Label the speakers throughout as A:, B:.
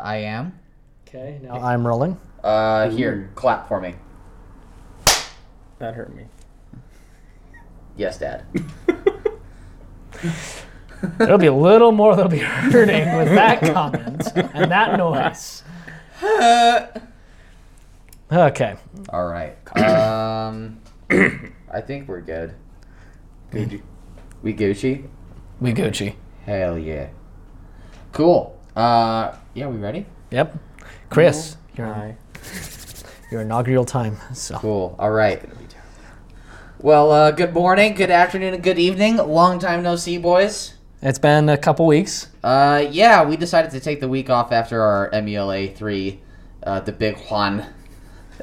A: I am.
B: Okay, now
C: I'm rolling.
A: Uh, here, clap for me.
D: That hurt me.
A: Yes, Dad.
C: There'll be a little more that'll be hurting with that comment and that noise. Okay.
A: All right. Um, I think we're good.
D: Gucci.
A: We Gucci.
C: We Gucci.
A: Hell yeah. Cool. Uh, yeah, we ready?
C: Yep. Chris, your,
D: Hi.
C: your inaugural time. So
A: Cool. All right. Well, uh, good morning, good afternoon, and good evening. Long time no see, boys.
C: it's been a couple weeks.
A: Uh, yeah, we decided to take the week off after our MELA three, uh, the Big Juan,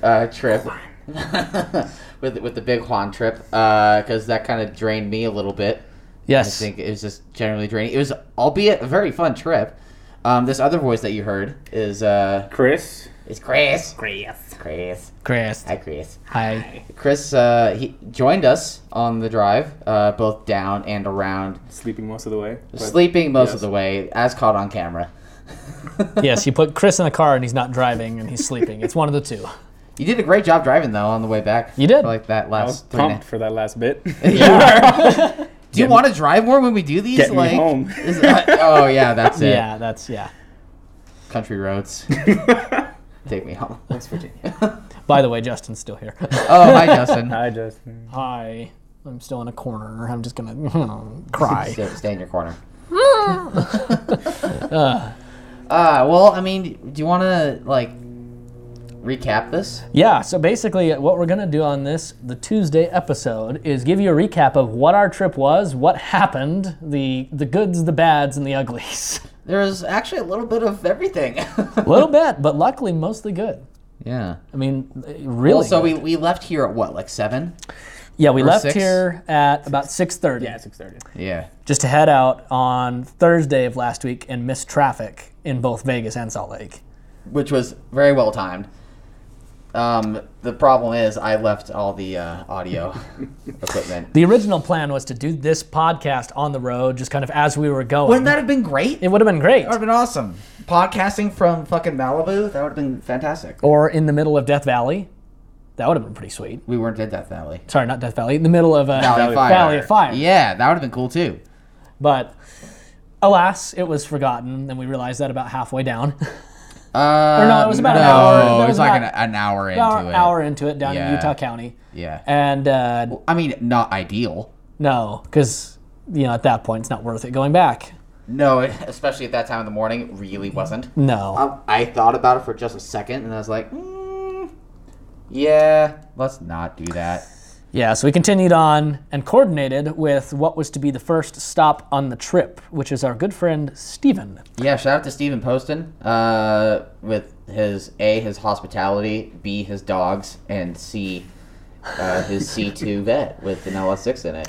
A: uh, trip. with with the Big Juan trip, because that kind of drained me a little bit. I
C: Yes.
A: think it was just generally draining. It was, albeit a very fun trip. Um, this other voice that you heard is uh,
D: Chris.
A: is Chris. Chris. Chris.
C: Chris.
A: Hi, Chris.
C: Hi.
A: Chris uh, he joined us on the drive, uh, both down and around,
D: Sleeping most of the way. but-
A: sleeping most of
D: yes.
A: the way, as caught on camera.
C: Yes, you put Chris in the car and he's not driving and he's sleeping. It's one of the two.
A: You did a great job driving though on the way back.
C: You did.
A: For, like that
D: I was
A: last three.
D: pumped
A: minutes.
D: for that last bit.
A: Do you want to drive more when we do these?
D: Get me
A: like,
D: home.
A: is- uh, oh yeah, that's it.
C: Yeah, that's yeah.
A: Country roads. Take me home.
D: West Virginia.
C: By the way, Justin's still here.
A: Oh hi Justin.
D: Hi, Justin.
C: Hi. I'm still in a corner. I'm just gonna hmm, cry.
A: Stay, stay in your corner. uh, well, I mean, do you want to like recap this?
C: Yeah, so basically, uh, what we're going to do on this, the Tuesday episode, is give you a recap of what our trip was, what happened, the, the goods, the bads, and the uglies.
A: There's actually a little bit of everything.
C: A little bit, but luckily, mostly good.
A: yeah.
C: I mean, really.
A: Well, so
C: good.
A: we, we left here at what, like seven?
C: yeah, we left
A: six?
C: here at about 6.30
D: Yeah, six thirty.
A: Yeah.
C: just to head out on Thursday of last week and miss traffic in both Vegas and Salt Lake.
A: Which was very well timed. Um, the problem is I left all the uh, audio equipment.
C: The original plan was to do this podcast on the road, just kind of as we were going.
A: Wouldn't that have been great?
C: it would have been great.
A: would have been awesome. Podcasting from fucking Malibu, that would have been fantastic.
C: Or in the middle of Death Valley. That would have been pretty sweet.
A: We weren't in Death Valley.
C: sorry, not Death Valley, in the middle of a
A: Valley, of Fire.
C: Valley of Fire.
A: Yeah, that would have been cool too.
C: But alas, it was forgotten, and we realized that about halfway down,
A: Uh,
C: no, it was about
A: no,
C: an hour- that
A: it
C: was
A: was like an,
C: about-
A: an hour into
C: about
A: it.
C: an hour into it, down
A: Yeah.
C: in Utah County.
A: Yeah.
C: And uh,
A: I mean, not ideal.
C: no, because you know at that point it's not worth it going back.
A: No, it- especially at that time of the morning, it really wasn't.
C: No,
A: Um, I thought about it for just a second, and I was like, mm, "Yeah, let's not do that."
C: yeah. So we continued on and coordinated with what was to be the first stop on the trip, which is our good friend Stephen.
A: Yeah, shout out to Stephen Poston uh, with his a his hospitality, b his dogs, and c uh, his C two vet with an LS6 in it.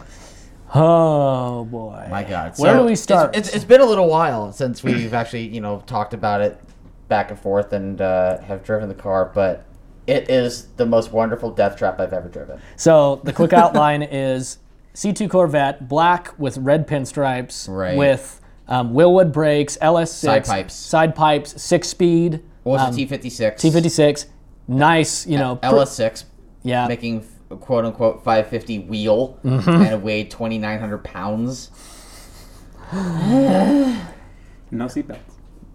C: Oh boy.
A: My God,
C: Where
A: So
C: do we
A: it's-
C: start?
A: It's, it's been a little while since we've actually you know talked about it back and forth and uh, have driven the car, but it is the most wonderful death trap I've ever driven.
C: So the quick outline is C2 Corvette, black with red pinstripes,
A: Right.
C: with um, Willwood brakes, LS6,
A: Side pipes.
C: side pipes, six speed,
A: What was
C: um,
A: the T fifty six?
C: T56. Nice, you know, pr-
A: LS6
C: yeah,
A: making f- quote unquote 550 wheel and it weighed 2,900 pounds.
D: No seatbelts.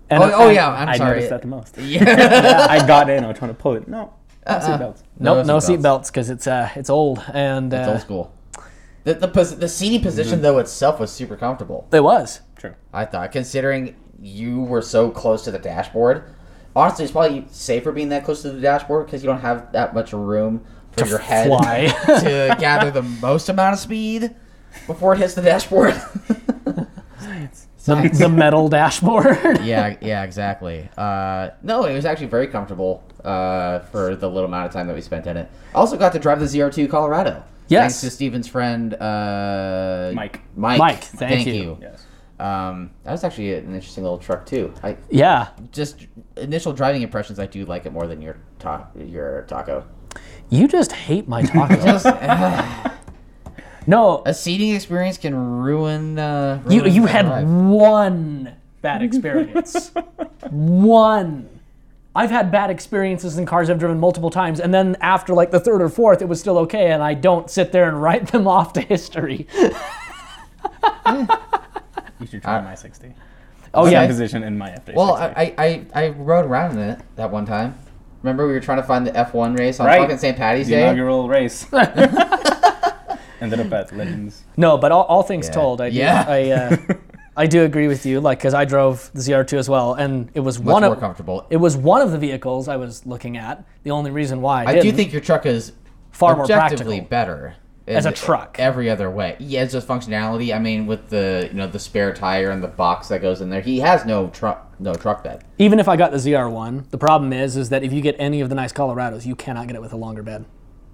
C: and,
A: oh, oh, yeah, I'm
C: I
A: sorry.
D: Noticed that the most.
A: Yeah.
D: I got in. I was trying to pull it. No. No
A: Uh-uh.
D: seatbelts.
C: Nope, no,
A: No seatbelts.
C: seatbelts because it's uh, it's old and uh,
A: it's old school. The, the, pos- the seating position, though, itself was super comfortable,
C: it was.
D: True.
A: I thought, considering you were so close to the dashboard. Honestly, it's probably safer being that close to the dashboard because you don't have that much room for your head
C: Fly.
A: to gather the most amount of speed before it hits the dashboard.
C: the, the metal dashboard.
A: yeah, yeah, exactly. Uh, no, it was actually very comfortable uh, for the little amount of time that we spent in it. I also got to drive the ZR2 Colorado.
C: Yes.
A: Thanks to Steven's friend, uh,
D: Mike.
A: Mike.
C: Mike, thank you.
D: Yes.
A: Um, that was actually an interesting little truck, too. I
C: yeah,
A: Just initial driving impressions, I do like it more than your, ta- your taco.
C: you just hate my taco.
A: Just,
C: no,
A: a seating experience can ruin. Uh,
C: you
A: ruin
C: you
A: my
C: had
A: life.
C: one bad experience. One. I've had bad experiences in cars I've driven multiple times, and then after like the third or fourth, it was still okay, and I don't sit there and write them off to history.
D: You should try my 60.
A: Uh, Oh
D: Same
A: yeah.
D: position in my FJ60.
A: Well, I, I I I rode around in it that one time. Remember we were trying to find the F one race on
D: Right.
A: fucking St. Patty's
D: the
A: Day.
D: inaugural race. Ended up at Legends.
C: No, but all, all things
A: Yeah.
C: told, I do,
A: Yeah.
C: I, uh, I do agree with you. Like, because I drove the ZR2 as well, and it was
A: Much
C: one
A: more
C: of
A: comfortable.
C: it was one of the vehicles I was looking at. The only reason why I,
A: I
C: didn't,
A: do think your truck is
C: far more
A: objectively
C: practical.
A: better
C: As
A: in
C: a truck.
A: Every other way, yeah, it's just functionality. I mean, with the you know the spare tire and the box that goes in there, he has no truck no truck bed.
C: Even if I got the ZR1, the problem is is that if you get any of the nice Colorados, you cannot get it with a longer bed.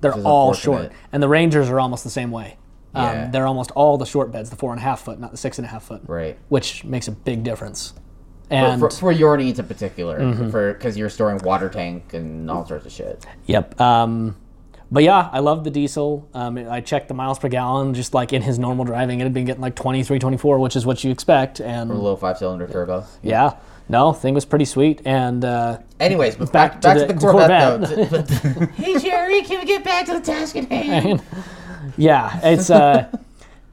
C: They're
A: is
C: all
A: unfortunate.
C: short, and the Rangers are almost the same way. Um,
A: Yeah.
C: They're almost all the short beds, the four and a half foot, not the six and a half foot,
A: Right.
C: which makes a big difference. And Mm-hmm.
A: for, for your needs in particular, for because you're storing water tank and all sorts of shit.
C: Yep. Um, but yeah, I love the diesel. Um, I checked the miles per gallon just like in his normal driving. It had been getting like 23, 24, which is what you expect. And
A: Low five cylinder turbo.
C: yeah, no, thing was pretty sweet. And uh,
A: Anyways, but back,
C: to
A: back, to,
C: the-
A: the,
C: the
A: Corvette, though. hey Jerry, can we get back to the task at hand?
C: yeah, it's uh,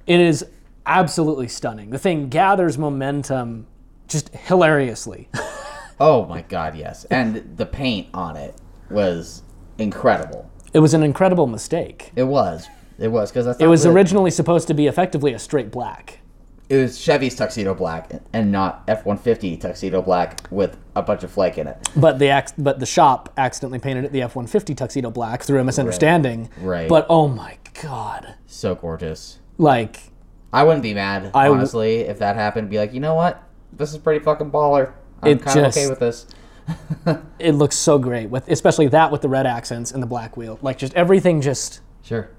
C: it is absolutely stunning. The thing gathers momentum just hilariously.
A: Oh my god, yes. And the paint on it was incredible.
C: It was an incredible mistake.
A: It was. It was because that's
C: It was originally supposed to be effectively a straight black.
A: It was Chevy's tuxedo black and not F one fifty tuxedo black with a bunch of flake in it.
C: But the ac- but the shop accidentally painted it the F one fifty tuxedo black through a misunderstanding.
A: Right.
C: But oh my god,
A: So gorgeous.
C: like
A: I wouldn't be mad
C: I w-
A: honestly if that happened. Be like, you know what? This is pretty fucking baller. I'm
C: It
A: kind of okay
C: just-
A: with this.
C: it looks so great with especially that with the red accents and the black wheel. Like just everything just
A: Sure.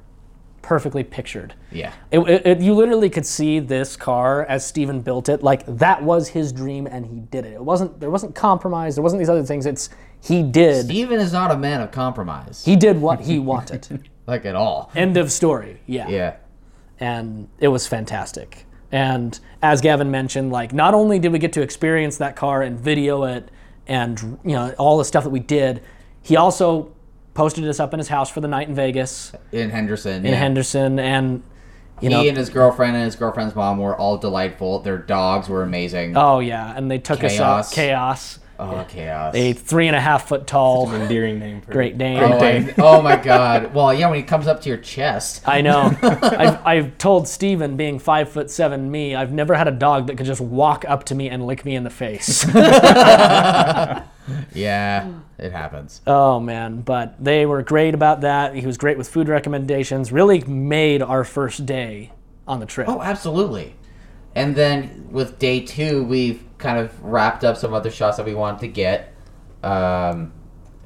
C: perfectly pictured.
A: Yeah.
C: It, it, it- you literally could see this car as Steven built it. Like that was his dream, and he did it. It wasn't there wasn't compromise. There wasn't these other things. It's he did.
A: Steven is not a man of compromise,
C: He did what he wanted.
A: like at all.
C: End of story. Yeah.
A: Yeah.
C: and it was fantastic. And as Gavin mentioned, like not only did we get to experience that car and video it and you know all the stuff that we did, he also posted us up in his house for the night in Vegas
A: In Henderson.
C: in
A: yeah.
C: Henderson and you know
A: He and his girlfriend and his girlfriend's mom were all delightful. Their dogs were amazing.
C: oh yeah, and they took us
A: Chaos.
C: out chaos.
A: Oh, chaos.
C: A three and a half foot tall
D: Endearing name for
C: Great Dane.
A: oh, I- oh my god. Well, yeah, when he comes up to your chest.
C: I know. I've, I've told Steven, being five foot seven, me, I've never had a dog that could just walk up to me and lick me in the face.
A: Yeah, it happens.
C: Oh man, but they were great about that. He was great with food recommendations. Really made our first day on the trip.
A: Oh, absolutely. And then with day two, we've kind of wrapped up some other shots that we wanted to get. Um,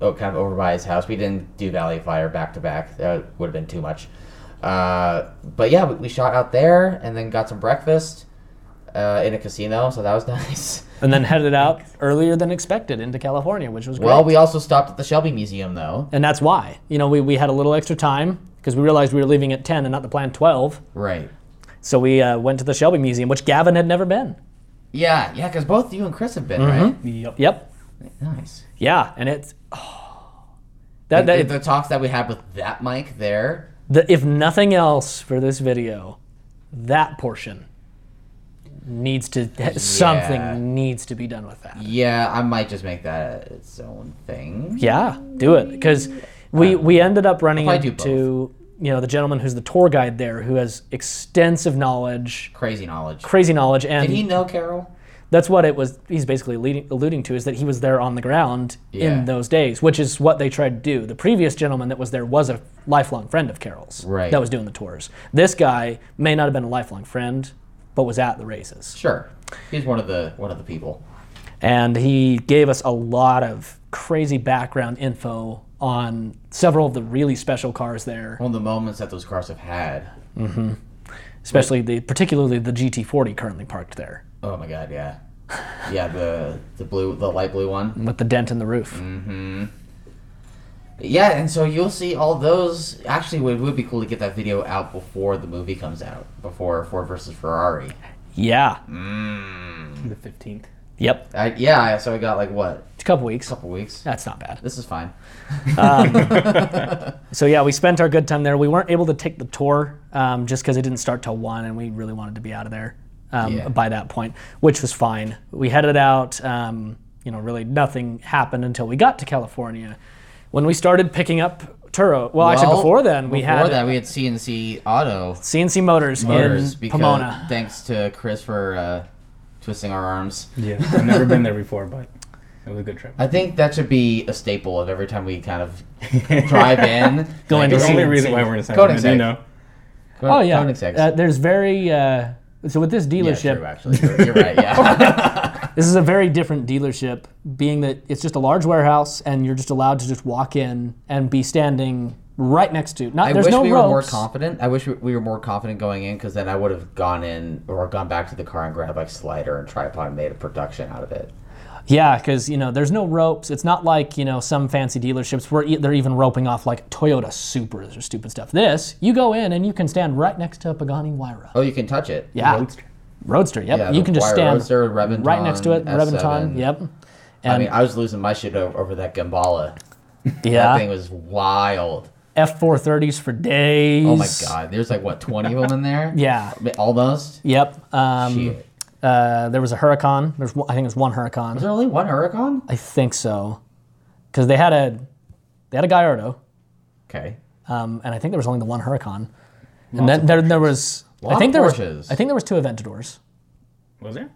A: oh, kind of over by his house. We didn't do Valley Fire back to back. That would have been too much. Uh, but yeah, we, we shot out there and then got some breakfast uh, in a casino, so that was nice.
C: And then headed out earlier than expected into California, which was great.
A: Well, we also stopped at the Shelby Museum, though.
C: and that's why. You know, we, we had a little extra time because we realized we were leaving at 10 and not the plan 12.
A: Right.
C: So we uh, went to the Shelby Museum, which Gavin had never been.
A: Yeah, yeah, because both you and Chris have been,
D: Yep.
C: Yep.
A: right? Nice.
C: Yeah. And it's. Oh. That, that,
A: the talks that we had with that mic there
C: the, if nothing else for this video, that portion needs to something needs to be done with that.
A: Yeah, I might just make that its own thing.
C: Yeah, do it because we we ended up running
A: I'll probably do
C: into you know the gentleman who's the tour guide there who has extensive knowledge,
A: Crazy knowledge.
C: crazy knowledge, and
A: Did he know Carol?
C: that's what it was. He's basically leading, alluding to is that he was there on the ground
A: Yeah.
C: in those days, which is what they tried to do. The previous gentleman that was there was a lifelong friend of Carol's
A: Right.
C: that was doing the tours. This guy may not have been a lifelong friend, but was at the races.
A: Sure. He's one of the one of the people.
C: and he gave us a lot of crazy background info on several of the really special cars there,
A: One of the moments that those cars have had.
C: especially the particularly the GT40 currently parked there
A: Oh my god, yeah. Yeah, the the blue the light blue one.
C: with the dent in the roof.
A: Mm. Yeah, and so you'll see all those actually it would be cool to get that video out before the movie comes out. Before Ford versus Ferrari.
C: Yeah,
D: The 15th.
C: Yep,
A: I, yeah, so I got like what
C: it's a couple weeks.
A: couple weeks.
C: That's not bad.
A: This is fine.
C: So yeah, we spent our good time there. We weren't able to take the tour um, just because it didn't start till one, and we really wanted to be out of there um,
A: Yeah.
C: by that point, which was fine. We headed out. Um, you know, really nothing happened until we got to California. When we started picking up Turo, well, actually
A: Well,
C: before then we
A: before
C: had
A: that we had CNC Auto
C: CNC Motors,
A: Motors
C: in
A: because
C: Pomona.
A: thanks to Chris for uh, twisting our arms.
D: Yeah, I've never been there before, but it was a good trip.
A: I think that should be a staple of every time we kind of drive in.
C: Go
A: like,
C: into
D: the
A: it's-
D: only
C: CNC.
D: reason why we're in San
A: Coding
D: Bernardino.
A: sec. go-
C: Oh yeah,
A: Koenigseggs.
C: uh, there's very uh, so with this
A: yeah,
C: dealership.
A: true, actually. You're, you're right, yeah.
C: This is a very different dealership, being that it's just a large warehouse, and you're just allowed to just walk in and be standing right next to. Not
A: I
C: there's
A: wish
C: no
A: we were more
C: ropes.
A: confident. I wish we- we were more confident going in because then I would have gone in or gone back to the car and grabbed like slider and tripod and made a production out of it.
C: yeah, because you know there's no ropes. It's not like you know some fancy dealerships where e- they're even roping off like Toyota Supras or stupid stuff. This you go in and you can stand right next to a Pagani Huayra.
A: Oh, you can touch it.
C: yeah,
D: Roadster.
C: Roadster. Yep,
A: Yeah,
C: you
A: the
C: can just
A: Huayra
C: stand
A: Roadster, Reventon,
C: right next to it.
A: S7.
C: Reventon. Yep. And
A: I mean, I was losing my shit over, over that Gambala. That
C: yeah,
A: thing was wild.
C: F430s for days.
A: Oh my god, there's like what 20 of them in there?
C: Yeah.
A: I mean, almost.
C: Yep. Um,
A: Shit.
C: Uh, there was a Huracan. There's one, I think it was one
A: Was
C: Huracan.
A: there only one Huracan?
C: I think so, because they had a they had a Gallardo,
A: Okay.
C: um, and I think there was only the one Huracan. And then there, there was
A: Lot
C: I think
A: of
C: there
A: Porsches.
C: was I think there was two Aventadors.
D: Was there?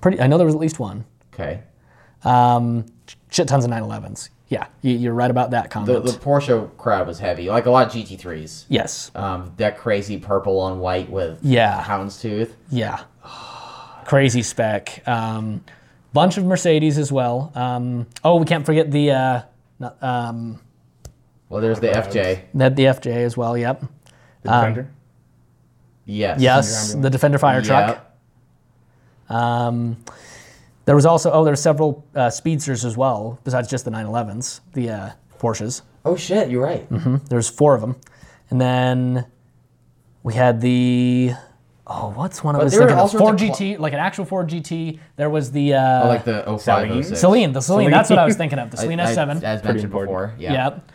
C: Pretty, I know there was at least one.
A: Okay.
C: Um, shit tons of 911s. Yeah, you, you're right about that
A: The,
C: comment.
A: the Porsche crowd was heavy, like a lot of GT3s.
C: yes.
A: Um, that crazy purple on white with
C: Yeah.
A: houndstooth.
C: Yeah. Crazy spec. Um, bunch of Mercedes as well. Um, oh, we can't forget the uh, not, um,
A: Well, there's the FJ.
C: that the FJ as well. Yep.
D: The Defender?
A: Yes.
C: Yes, the Defender fire truck.
A: Yep.
C: Um, there was also oh, there were several uh, speedsters as well, besides just the 911s, the uh, Porsches.
A: Oh shit, you're right.
C: There's four of them, and then we had the oh, what's one of was
A: there were
C: thinking
A: all
C: of?
A: sorts
C: Ford
A: of cl-
C: GT, like an actual Ford GT. There was the uh,
A: I Oh, like the 05,
D: Celine?
A: 06.
C: Celine, the Celine.
D: Celine.
C: That's what I was thinking of. The
A: I-
C: Celine
A: I-
C: S7.
A: As
D: Pretty
A: mentioned
D: important.
A: before. Yeah.
C: yep.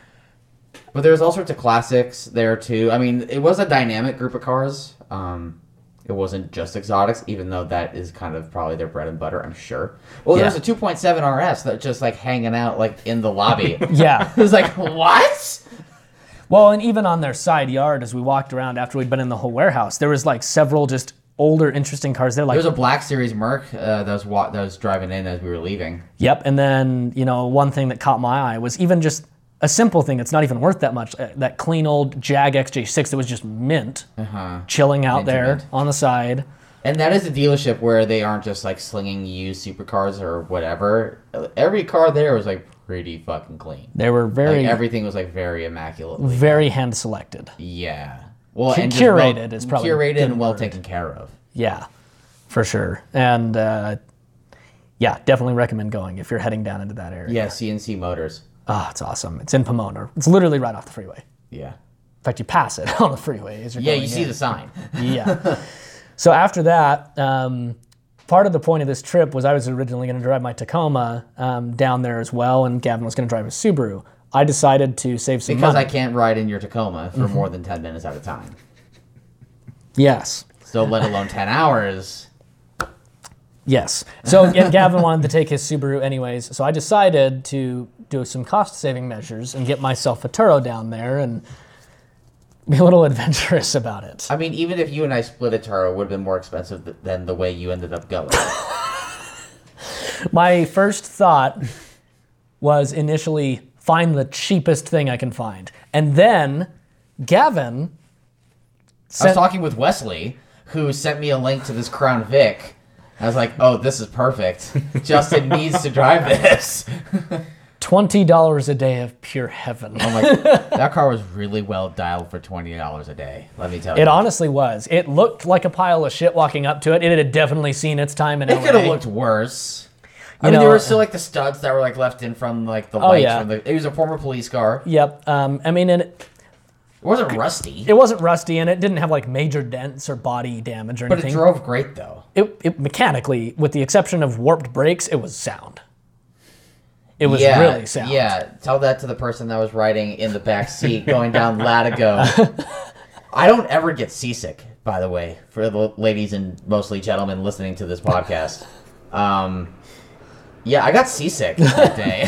A: But there's all sorts of classics there too. I mean, it was a dynamic group of cars. Um, it wasn't just exotics, even though that is kind of probably their bread and butter, I'm sure. Well, there's
C: Yeah.
A: a 2.7 RS that just like hanging out like in the lobby. it
C: Yeah.
A: was like what?
C: Well, and even on their side yard, as we walked around after we'd been in the whole warehouse, there was like several just older, interesting cars there. Like
A: There's a black series Merc uh, that was wa- that was driving in as we were leaving.
C: Yep. And then, you know, one thing that caught my eye was even just a simple thing that's not even worth that much uh, that clean old Jag XJ6 that was just mint, chilling out there
A: Uh-huh. mint.
C: on the side.
A: And that is a dealership where they aren't just like slinging used supercars or whatever. Every car there was like pretty fucking clean.
C: They were very,
A: Like everything was like very immaculately
C: very hand selected.
A: Yeah. Well,
C: Cu-
A: and just well-
C: curated is probably a
A: curated
C: good
A: and well taken care of.
C: Yeah, for sure. And uh, yeah, definitely recommend going if you're heading down into that area.
A: Yeah, CNC Motors.
C: Oh, it's awesome. It's in Pomona. It's literally right off the freeway. In
A: Yeah.
C: fact, you pass it on the freeway as you're
A: Yeah,
C: going
A: you
C: in.
A: see the sign.
C: yeah. So after that, um, part of the point of this trip was I was originally going to drive my Tacoma um, down there as well, and Gavin was going to drive his Subaru. I decided to save some
A: Because I
C: money.
A: can't ride in your Tacoma
C: Mm-hmm.
A: for more than 10 minutes at a time.
C: yes.
A: So, let alone 10 hours.
C: Yes. So and Gavin wanted to take his Subaru anyways. So I decided to do some cost saving measures and get myself a Turo down there and be a little adventurous about it.
A: I mean, even if you and I split a Taro, it would have been more expensive th- than the way you ended up going.
C: My first thought was initially find the cheapest thing I can find. And then Gavin
A: I was
C: sent,
A: talking with Wesley, who sent me a link to this Crown Vic. I was like, oh, this is perfect. Justin needs to drive this.
C: $20 a day of pure heaven.
A: I'm like, that car was really well dialed for $20 a day. Let me tell you.
C: It honestly was. It looked like a pile of shit walking up to it. It had definitely seen its time in
A: It could have
C: LA.
A: looked worse. I mean,
C: You
A: there
C: know- Oh,
A: were still like the studs that were like left in from like the lights
C: yeah.
A: from the. It was a former police car.
C: Yep. Um, I mean, and
A: It wasn't rusty,
C: It wasn't rusty and it didn't have like major dents or body damage or
A: but it
C: anything.
A: drove great though.
C: it, it mechanically, with the exception of warped brakes, it was sound. It was
A: yeah,
C: really sound.
A: Yeah, tell that to the person that was riding in the back seat going down Latigo. I don't ever get seasick, by the way, for the ladies and mostly gentlemen listening to this podcast. Um, yeah, I got seasick that day.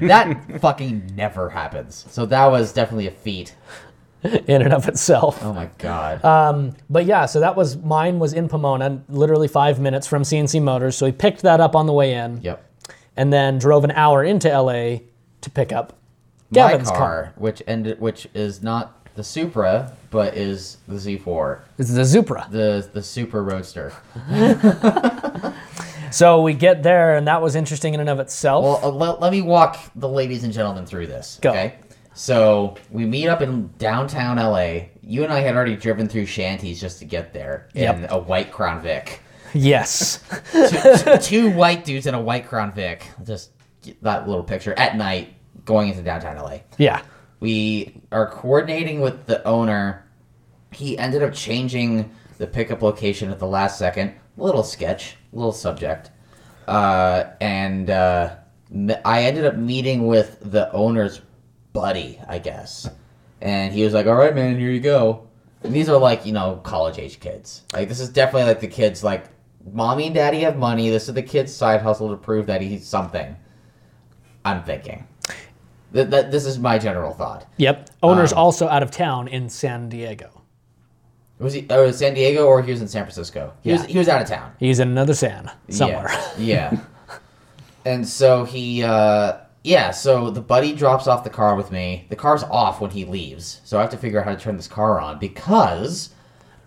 A: that fucking never happens. So that was definitely a feat.
C: In and of itself.
A: Oh my god.
C: Uh, But yeah, so that was mine was in Pomona, literally five minutes from CNC Motors. So he picked that up on the way in,
A: yep.
C: and then drove an hour into LA to pick up Gavin's
A: my
C: car.
A: car, which ended, which is not the Supra, but is the Z4,
C: It's the Zupra.
A: the the Super Roadster.
C: So we get there, and that was interesting in and of itself.
A: Well, uh, let, let me walk the ladies and gentlemen through this.
C: Go.
A: Okay. So we meet up in downtown LA. You and I had already driven through shanties just to get there in
C: Yep.
A: a white Crown Vic.
C: yes,
A: two, two white dudes in a white Crown Vic. Just get that little picture at night going into downtown LA.
C: yeah,
A: we are coordinating with the owner. He ended up changing the pickup location at the last second. Little sketch, little subject. Uh, and uh, me- I ended up meeting with the owner's buddy, I guess. And he was like, all right, man, here you go. And these are like, you know, college age kids. Like, this is definitely like the kids, like, mommy and daddy have money. This is the kid's side hustle to prove that he's something. I'm thinking. Th- th- this is my general thought.
C: yep. Owner's
A: Um,
C: also out of town in San Diego.
A: Was he oh, San Diego or he was in San Francisco? He was
C: Yeah.
A: he was out of town
C: He's in another San somewhere.
A: Yeah. yeah. and so he uh yeah, so the buddy drops off the car with me. The car's off when he leaves, so I have to figure out how to turn this car on because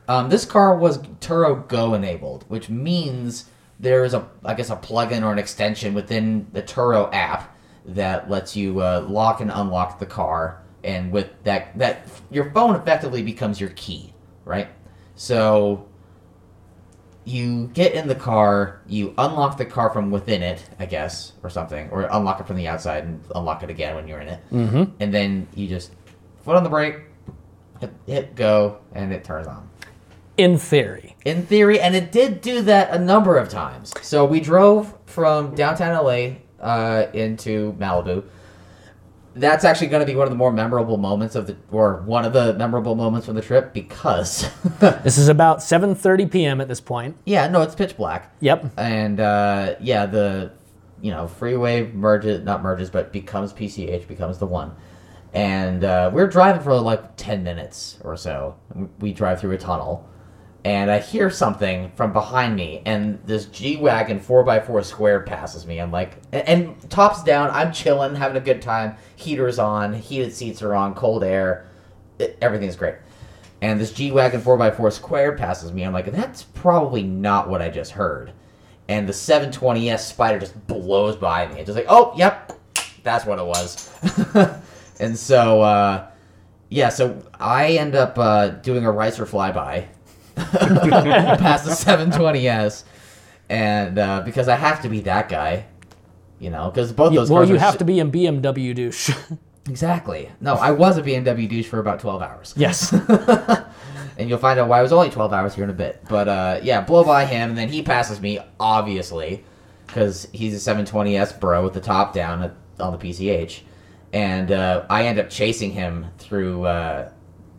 A: um, this car was Turo Go enabled, which means there is a I guess a plugin or an extension within the Turo app that lets you uh, lock and unlock the car, and with that that your phone effectively becomes your key, right? So you get in the car, you unlock the car from within it, I guess, or something, or unlock it from the outside and unlock it again when you're in it. Mm-hmm. And then you just foot on the brake, hit, hit go, and it turns on.
C: In theory,
A: In theory, and it did do that a number of times. So we drove from downtown LA uh, into Malibu. That's actually going to be one of the more memorable moments of the, or one of the memorable moments from the trip because,
C: this is about 7:30 p.m. at this point.
A: yeah, no, it's pitch black.
C: Yep.
A: and uh, yeah, the you know freeway merges not merges but becomes PCH becomes the one, and uh, we're driving for like ten minutes or so. We drive through a tunnel, and I hear something from behind me, and this G wagon four x four square passes me. I'm like, and, and tops down, I'm chilling, having a good time. Heaters on, heated seats are on, cold air, e- everything's great. And this G wagon four x four square passes me. I'm like, that's probably not what I just heard and the 720S Spider just blows by me. It's just like, oh, yep, that's what it was. and so, uh, yeah, so I end up uh, doing a Ricer flyby past the 720S, and uh, because I have to be that guy, you know, because both those
C: well,
A: cars
C: you
A: are
C: have
A: si-
C: to be in BMW douche.
A: exactly. No, I was a BMW douche for about 12 hours.
C: yes.
A: and you'll find out why it was only 12 hours here in a bit. But uh, yeah, blow by him, and then he passes me, obviously, because he's a 720S bro with the top down at, on the PCH. And uh, I end up chasing him through uh,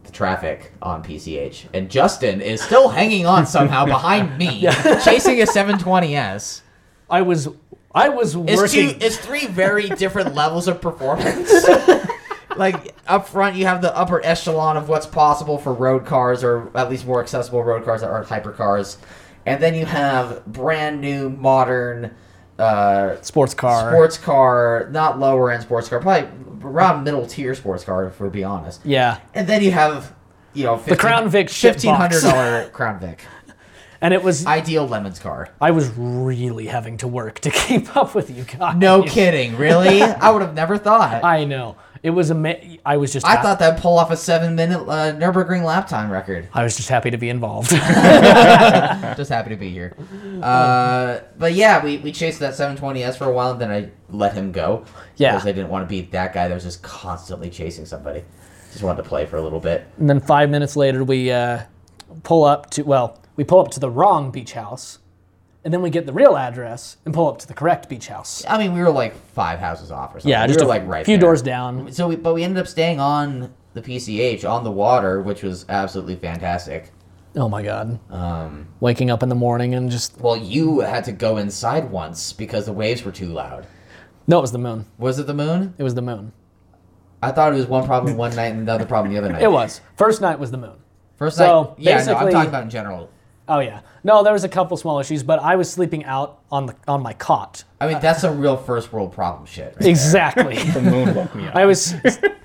A: the traffic on PCH. And Justin is still hanging on somehow behind me, chasing a 720S.
C: I was I was
A: It's, two,
C: working
A: it's three very different levels of performance. like up front, you have the upper echelon of what's possible for road cars, or at least more accessible road cars that aren't hypercars, and then you have brand new modern uh,
C: sports car.
A: sports car, not lower end sports car, probably around middle tier sports car, if we're be honest.
C: Yeah.
A: And then you have you know 15,
C: Crown Vic shit box.
A: fifteen hundred dollar Crown Vic,
C: And it was
A: ideal lemons car.
C: I was really having to work to keep up with you guys.
A: No kidding, really? I would have never thought.
C: I know. It was ama- I was just
A: I thought that'd pull off a seven minute uh, Nurburgring lap time record.
C: I was just happy to be involved.
A: Just happy to be here. Uh, but yeah, we, we chased that 720S for a while, and then I let him go.
C: Yeah.
A: Because I didn't want to be that guy that was just constantly chasing somebody. Just wanted to play for a little bit.
C: And then five minutes later, we uh, pull up to, well, we pull up to the wrong beach house. And then we get the real address and pull up to the correct beach house.
A: I mean, we were like five houses off or something.
C: Yeah,
A: We
C: just
A: were,
C: a
A: like right
C: few
A: there.
C: doors down.
A: So, we, but we ended up staying on the PCH on the water, which was absolutely fantastic.
C: Oh my God.
A: Um,
C: Waking up in the morning and just,
A: Well, you had to go inside once because the waves were too loud.
C: no, it was the moon.
A: Was it the moon?
C: It was the moon.
A: I thought it was one problem one night and another problem the other night.
C: It was. First night was the moon.
A: First
C: So,
A: night. Yeah, no, I'm
C: basically-
A: talking about in general.
C: Oh yeah. No, there was a couple small issues, but I was sleeping out on the on my cot.
A: I mean, that's a real first world problem shit. right?
C: Exactly.
D: The moon woke me up.
C: I was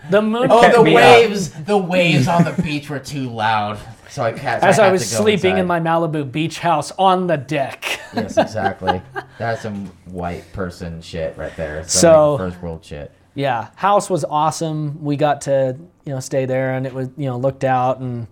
C: the moon.
A: Oh,
C: kept
A: the
C: me up.
A: waves! The waves on the beach were too loud, so I had.
C: As
A: I,
C: I
A: had
C: was
A: to go
C: sleeping in
A: inside.
C: my Malibu beach house on the deck.
A: Yes, exactly. That's some white person shit right there.
C: So-
A: Some first world shit.
C: yeah, house was awesome. We got to you know stay there, and it was you know looked out, and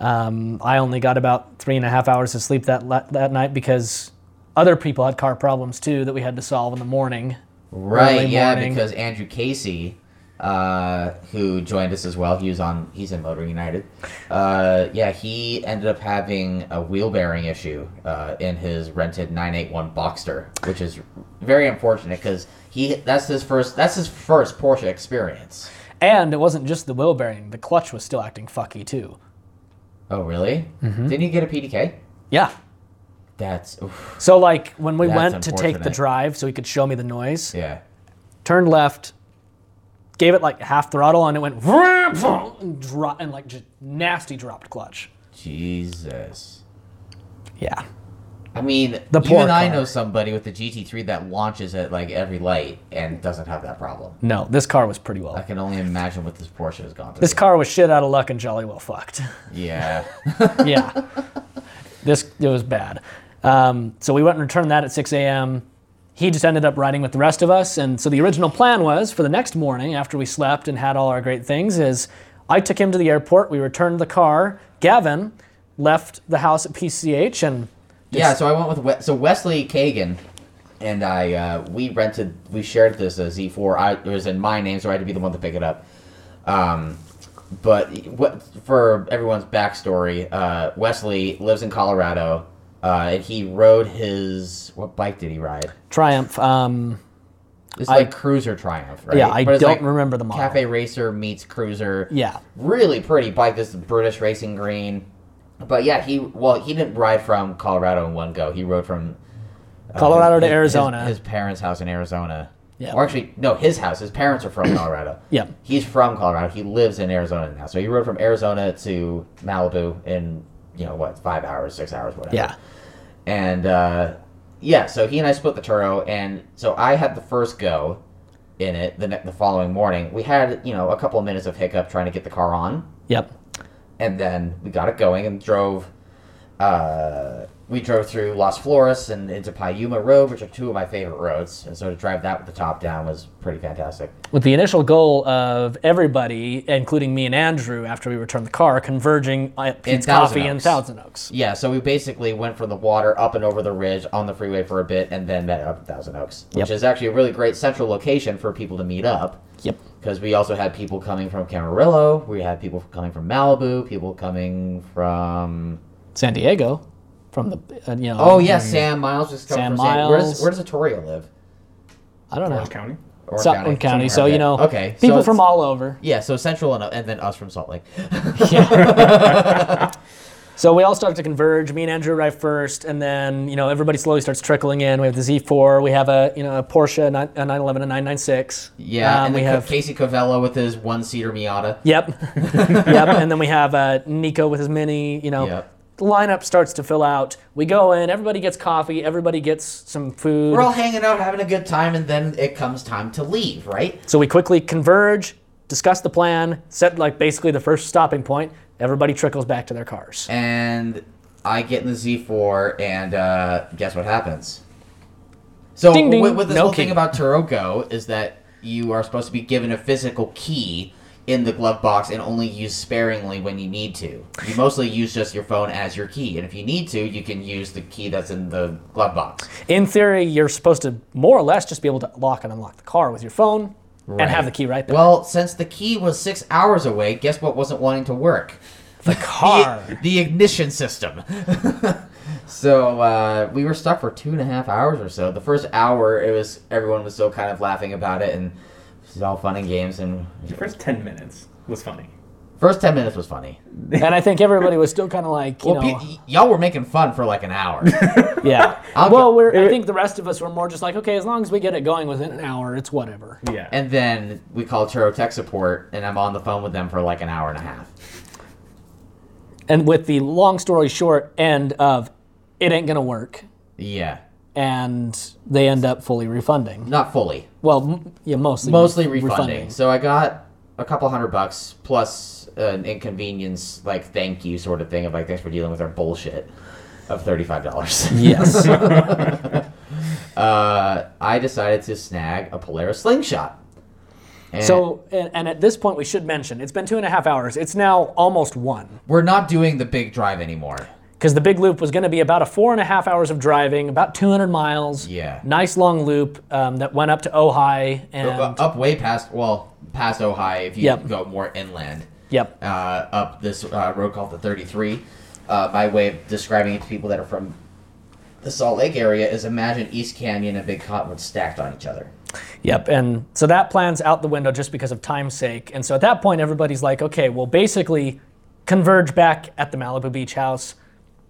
C: um, I only got about three and a half hours of sleep that la- that night because other people had car problems too that we had to solve in the morning.
A: Right? Yeah,
C: morning.
A: because Andrew Casey, uh, who joined us as well, he was on. He's in Motor United. Uh, yeah, he ended up having a wheel bearing issue uh, in his rented nine eight one Boxster, which is very unfortunate because he that's his first that's his first Porsche experience.
C: And it wasn't just the wheel bearing; the clutch was still acting fucky too.
A: Oh, really?
C: Mm-hmm.
A: Didn't you get a PDK?
C: Yeah,
A: That's oof,
C: So like when we
A: That's
C: went to take the
A: unfortunate.
C: drive, so he could show me the noise,
A: yeah.
C: turned left, gave it like half throttle, and it went vroom, vroom, and, dro- and like just nasty dropped clutch.
A: Jesus.
C: Yeah,
A: I mean,
C: The
A: you
C: poor
A: and I
C: car.
A: know somebody with the GT3 that launches at like every light and doesn't have that problem.
C: no, this car was pretty well.
A: I can only imagine what this Porsche has gone through.
C: This car was shit out of luck and jolly well fucked.
A: yeah.
C: yeah, this it was bad. Um, so we went and returned that at 6 a.m. He just ended up riding with the rest of us, and so the original plan was for the next morning after we slept and had all our great things is I took him to the airport. We returned the car. Gavin left the house at PCH, and
A: yeah, so I went with Wes- so Wesley Kagan and I uh, we rented we shared this uh, Z4. I it was in my name so I had to be the one to pick it up. Um but what for everyone's backstory, uh, Wesley lives in Colorado. Uh, and he rode his what bike did he ride?
C: Triumph. Um,
A: It's like Cruiser Triumph, right?
C: Yeah, I
A: But it's like
C: don't remember the model.
A: Cafe Racer meets Cruiser.
C: Yeah.
A: Really pretty bike. This is British Racing Green. But yeah, he, well, he didn't ride from Colorado in one go. He rode from uh,
C: Colorado to
A: his- his-
C: Arizona.
A: His, parents' house in Arizona.
C: Yeah.
A: Or actually, no, his house. His parents are from Colorado.
C: Yeah.
A: He's from Colorado. He lives in Arizona now. So he rode from Arizona to Malibu in, you know, what, five hours, six hours, whatever
C: yeah,
A: and uh, yeah, so he and I split the Turo, and so I had the first go in it the ne- the following morning. We had you know a couple of minutes of hiccup trying to get the car on,
C: yep.
A: and then we got it going and drove. Uh, we drove through Las Flores and into Payuma Road, which are two of my favorite roads, and so to drive that with the top down was pretty fantastic.
C: With the initial goal of everybody, including me and Andrew, after we returned the car, converging at Pete's
A: Thousand
C: Coffee in
A: Oaks.
C: Thousand Oaks.
A: Yeah, so we basically went from the water up and over the ridge on the freeway for a bit, and then met up at Thousand Oaks, which
C: Yep.
A: is actually a really great central location for people to meet up.
C: Yep.
A: because we also had people coming from Camarillo, we had people coming from Malibu, people coming from
C: San Diego, from the uh, you know.
A: oh yeah, Sam Miles was coming
C: Sam
A: from San. Where does
C: Miles.
A: where does Atoria live?
C: I don't know.
D: Orange County.
A: Or
C: Sutton County, so
A: somewhere.
C: you know,
A: okay, so
C: people
A: it's-
C: from all over.
A: yeah, so Central and, and then us from Salt Lake.
C: So we all start to converge. Me and Andrew arrive first, and then you know everybody slowly starts trickling in. We have the Z4, we have a you know a Porsche a 9- a 911 and 996.
A: Yeah,
C: Um,
A: and
C: we
A: then
C: have.
A: Casey Covello with his one seater Miata.
C: Yep, yep, and then we have uh, Nico with his mini. You know,
A: Yep.
C: the lineup starts to fill out. We go in. Everybody gets coffee. Everybody gets some food.
A: We're all hanging out, having a good time, and then it comes time to leave, right?
C: So we quickly converge, discuss the plan, set like basically the first stopping point. Everybody trickles back to their cars.
A: and I get in the Z4, and uh, guess what happens? So
C: Ding, ding.
A: with, with this
C: No
A: whole
C: key.
A: thing about Taroko is that you are supposed to be given a physical key in the glove box and only use sparingly when you need to. You mostly use just your phone as your key, and if you need to, you can use the key that's in the glove box.
C: In theory, you're supposed to more or less just be able to lock and unlock the car with your phone. and have the key right there.
A: Well, since the key was six hours away, guess what wasn't wanting to work?
C: the car.
A: The, the ignition system. so uh, we were stuck for two and a half hours or so. The first hour, it was everyone was still kind of laughing about it, and it was all fun and games. And
B: The first 10 minutes was funny.
A: first ten minutes was funny.
C: and I think everybody was still kind of like, you
A: well,
C: know,
A: pe- y- y'all were making fun for like an hour.
C: yeah.
A: I'll
C: well,
A: get-
C: we're, I think the rest of us were more just like, okay, as long as we get it going within an hour, it's whatever.
B: Yeah.
A: and then we called Turo Tech Support, and I'm on the phone with them for like an hour and a half.
C: And with the long story short end of, it ain't gonna work,
A: Yeah,
C: and they end up fully refunding.
A: not fully.
C: Well, m- yeah, mostly
A: mostly refunding. So I got a couple hundred bucks plus an inconvenience, like thank you sort of thing of like thanks for dealing with our bullshit of thirty five dollars.
C: Yes.
A: uh, I decided to snag a Polaris slingshot. And
C: so, and, and at this point, we should mention it's been two and a half hours. It's now almost one
A: we're not doing the big drive anymore.
C: because the big loop was going to be about a four and a half hours of driving, about 200 miles.
A: Yeah.
C: Nice long loop um, that went up to Ojai and
A: Up, up way past well past Ojai if you
C: Yep.
A: go more inland.
C: yep.
A: uh, up this uh, road called the 33. Uh, my way of describing it to people that are from the Salt Lake area is imagine East Canyon and Big Cottonwood stacked on each other.
C: Yep. And so that plan's out the window just because of time's sake. And so at that point, everybody's like, okay, well, basically converge back at the Malibu Beach House,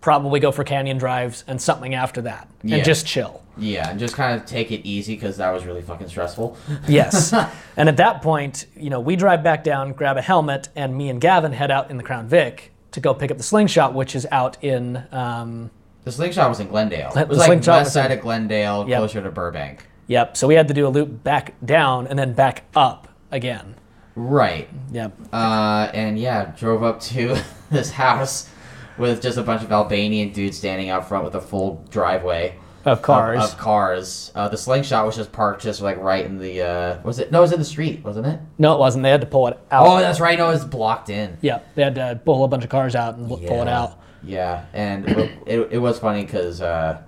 C: probably go for canyon drives and something after that,
A: Yeah.
C: and just chill.
A: Yeah, and just kind of take it easy because that was really fucking stressful.
C: Yes. and at that point, you know, we drive back down, grab a helmet, and me and Gavin head out in the Crown Vic to go pick up the slingshot, which is out in. Um,
A: The slingshot was in Glendale.
C: The
A: It was like
C: slingshot
A: west
C: was in-
A: side of Glendale,
C: Yep.
A: closer to Burbank.
C: yep. So we had to do a loop back down and then back up again.
A: Right.
C: Yep.
A: Uh, and yeah, drove up to this house with just a bunch of Albanian dudes standing out front with a full driveway.
C: Of cars.
A: Of, of cars. Uh, the slingshot was just parked just like right in the uh, was it no, it was in the street, wasn't it?
C: No, it wasn't. They had to pull it out.
A: Oh, that's right. No, it's blocked in.
C: Yep. They had to pull a bunch of cars out and l- pull it
A: Yeah.
C: out.
A: Yeah, and it, it, it was funny because uh,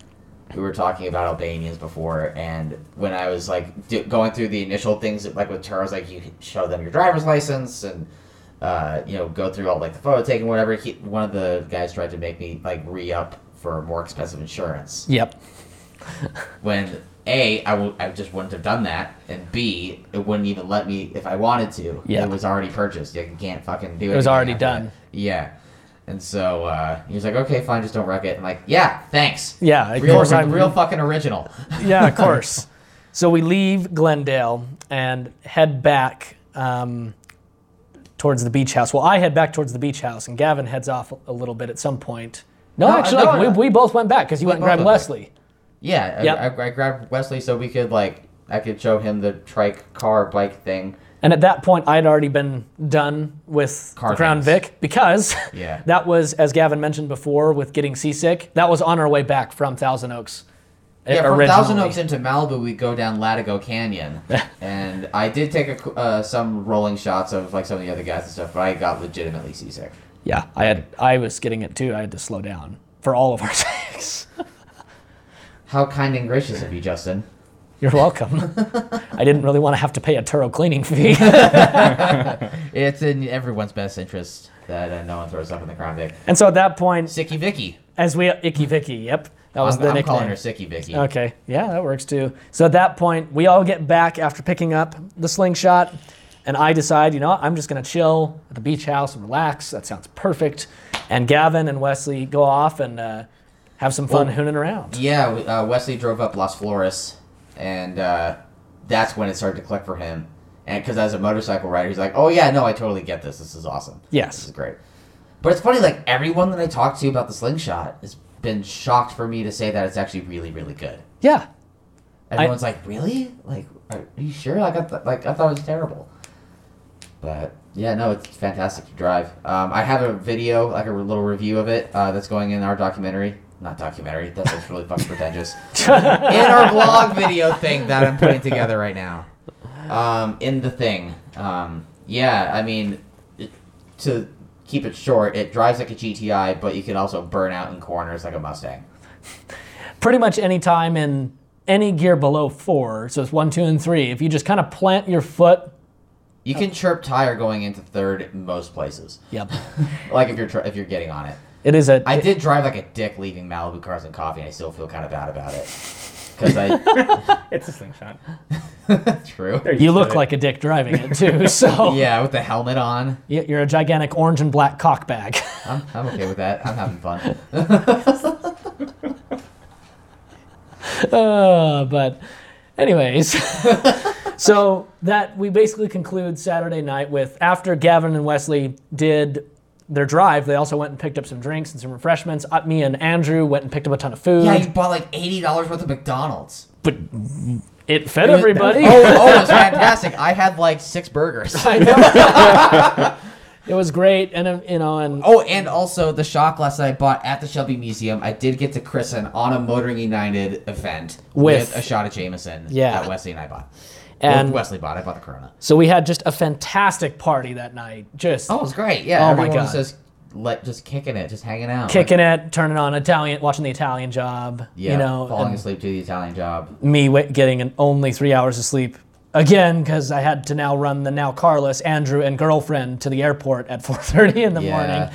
A: we were talking about Albanians before, and when I was like do, going through the initial things, like with Charles, like you show them your driver's license and uh, you know go through all like the photo taking whatever. He, one of the guys tried to make me like re up for more expensive insurance.
C: Yep.
A: When a I, w- I just wouldn't have done that, and b it wouldn't even let me if I wanted to.
C: Yeah.
A: it was already purchased. You can't fucking do it.
C: It was already done.
A: Yeah. And so uh, he was like, "Okay, fine, just don't wreck it." I'm like, "Yeah, thanks."
C: Yeah, of
A: real,
C: course I'm-
A: real fucking original.
C: yeah, of course. So we leave Glendale and head back um, towards the beach house. Well, I head back towards the beach house, and Gavin heads off a little bit at some point. No,
A: No, no,
C: actually, like, we,
A: no.
C: we both went back because you went and
A: both
C: grabbed
A: went back.
C: Wesley.
A: Yeah, I-
C: Yep.
A: I, I, grabbed Wesley so we could like I could show him the trike car bike thing.
C: And at that point, I'd already been done with
A: Car
C: the Crown
A: things.
C: Vic because
A: Yeah.
C: that was, as Gavin mentioned before, with getting seasick. That was on our way back from Thousand Oaks. eh,
A: Yeah, from
C: originally.
A: Thousand Oaks into Malibu, we go down Latigo Canyon, and I did take a, uh, some rolling shots of like some of the other guys and stuff, but I got legitimately seasick.
C: Yeah, I had. I was getting it too. I had to slow down for all of our sakes.
A: How kind and gracious of you, Justin.
C: You're welcome. I didn't really want to have to pay a Turo cleaning fee.
A: It's in everyone's best interest that uh, no one throws up in the Crown Vic.
C: and so at that point,
A: Sicky Vicky.
C: as we Icky Vicky, yep, that was
A: I'm,
C: the
A: I'm
C: nickname.
A: calling her Sicky Vicky.
C: Okay, yeah, that works too. So at that point, we all get back after picking up the slingshot, and I decide, you know, what, I'm just gonna chill at the beach house and relax. That sounds perfect. And Gavin and Wesley go off and uh, have some fun hooning around.
A: Yeah, we- uh, Wesley drove up Las Flores, and uh, that's when it started to click for him. And because as a motorcycle rider, he's like, "Oh yeah, no, I totally get this. This is awesome.
C: Yes.
A: this is great." But it's funny, like everyone that I talked to about the slingshot has been shocked for me to say that it's actually really, really good.
C: Yeah,
A: Everyone's like, "Really? Like, are you sure?" Like, I th- like I thought it was terrible. But yeah, no, it's fantastic to drive. Um, I have a video, like a little review of it, uh, that's going in our documentary. Not documentary. That sounds really fucking pretentious. in our vlog video thing that I'm putting together right now. Um, in the thing. Um, yeah, I mean, it, to keep it short, it drives like a GTI, but you can also burn out in corners like a Mustang.
C: pretty much any time in any gear below four, so it's one, two, and three. If you just kind of plant your foot,
A: You can chirp tire going into third in most places.
C: yep,
A: Like if you're tr- if you're getting on it.
C: it is a.
A: I did drive like a dick leaving Malibu Cars and Coffee, and I still feel kind of bad about it. Because I
B: It's a slingshot.
A: true.
B: They're
C: you
B: used to
C: look
B: it.
C: like a dick driving it too, so
A: Yeah, with the helmet on,
C: yeah. you're a gigantic orange and black cock bag.
A: I'm, I'm okay with that. I'm having fun.
C: Uh, but, anyways, so that we basically conclude Saturday night with after Gavin and Wesley did their drive, they also went and picked up some drinks and some refreshments. Uh, me and Andrew went and picked up a ton of food.
A: Yeah, you bought like eighty dollars worth of McDonald's.
C: but it fed everybody.
A: Oh, oh, it was fantastic. I had like six burgers.
C: I know. it was great, and uh, you know, and
A: Oh, and also the shot glass that I bought at the Shelby Museum, I did get to christen on a Motoring United event
C: With-
A: a shot of Jameson
C: Yeah.
A: that Wesley and I bought.
C: And-
A: And Wesley bought. I bought the Corona.
C: so we had just a fantastic party that night. Just
A: Oh, it was great. Yeah,
C: Oh my
A: everyone was
C: God.
A: just like just kicking it, just hanging out,
C: kicking it, turning on Italian, watching the Italian Job.
A: yeah,
C: you know,
A: falling
C: and
A: asleep to the Italian job.
C: me wa getting an only three hours of sleep again because I had to now run the now carless Andrew and girlfriend to the airport at 4:30 in the
A: Yeah.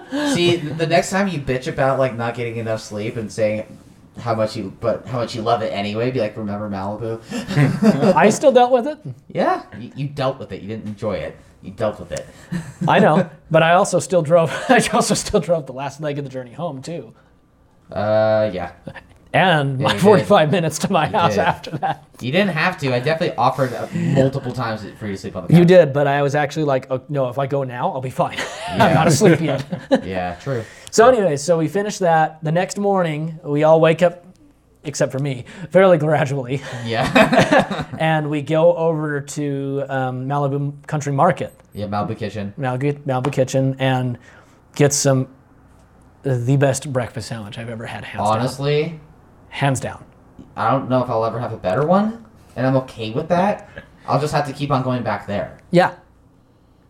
C: morning.
A: See, th- the next time you bitch about like not getting enough sleep and saying how much you but how much you love it anyway, be like, remember Malibu?
C: I still dealt with it.
A: yeah, you, you dealt with it. You didn't enjoy it. You dealt with it.
C: I know, but I also still drove. I also still drove the last leg of the journey home too.
A: Uh, yeah.
C: and
A: you
C: my
A: did.
C: 45 minutes to my house
A: did.
C: after that.
A: You didn't have to. I definitely offered uh, multiple times for you to sleep on the couch.
C: You did, but I was actually like, oh, no, if I go now, I'll be fine. I'm not asleep yet.
A: Yeah, true.
C: so, anyway, so we finished that. The next morning, we all wake up, except for me, fairly gradually,
A: Yeah.
C: and we go over to um, Malibu Country Market,
A: yeah, Malibu Kitchen.
C: Malibu, Malibu Kitchen, and get some uh, the best breakfast sandwich I've ever had, hands down.
A: Honestly,
C: Hands down.
A: I don't know if I'll ever have a better one, and I'm okay with that. I'll just have to keep on going back there.
C: Yeah.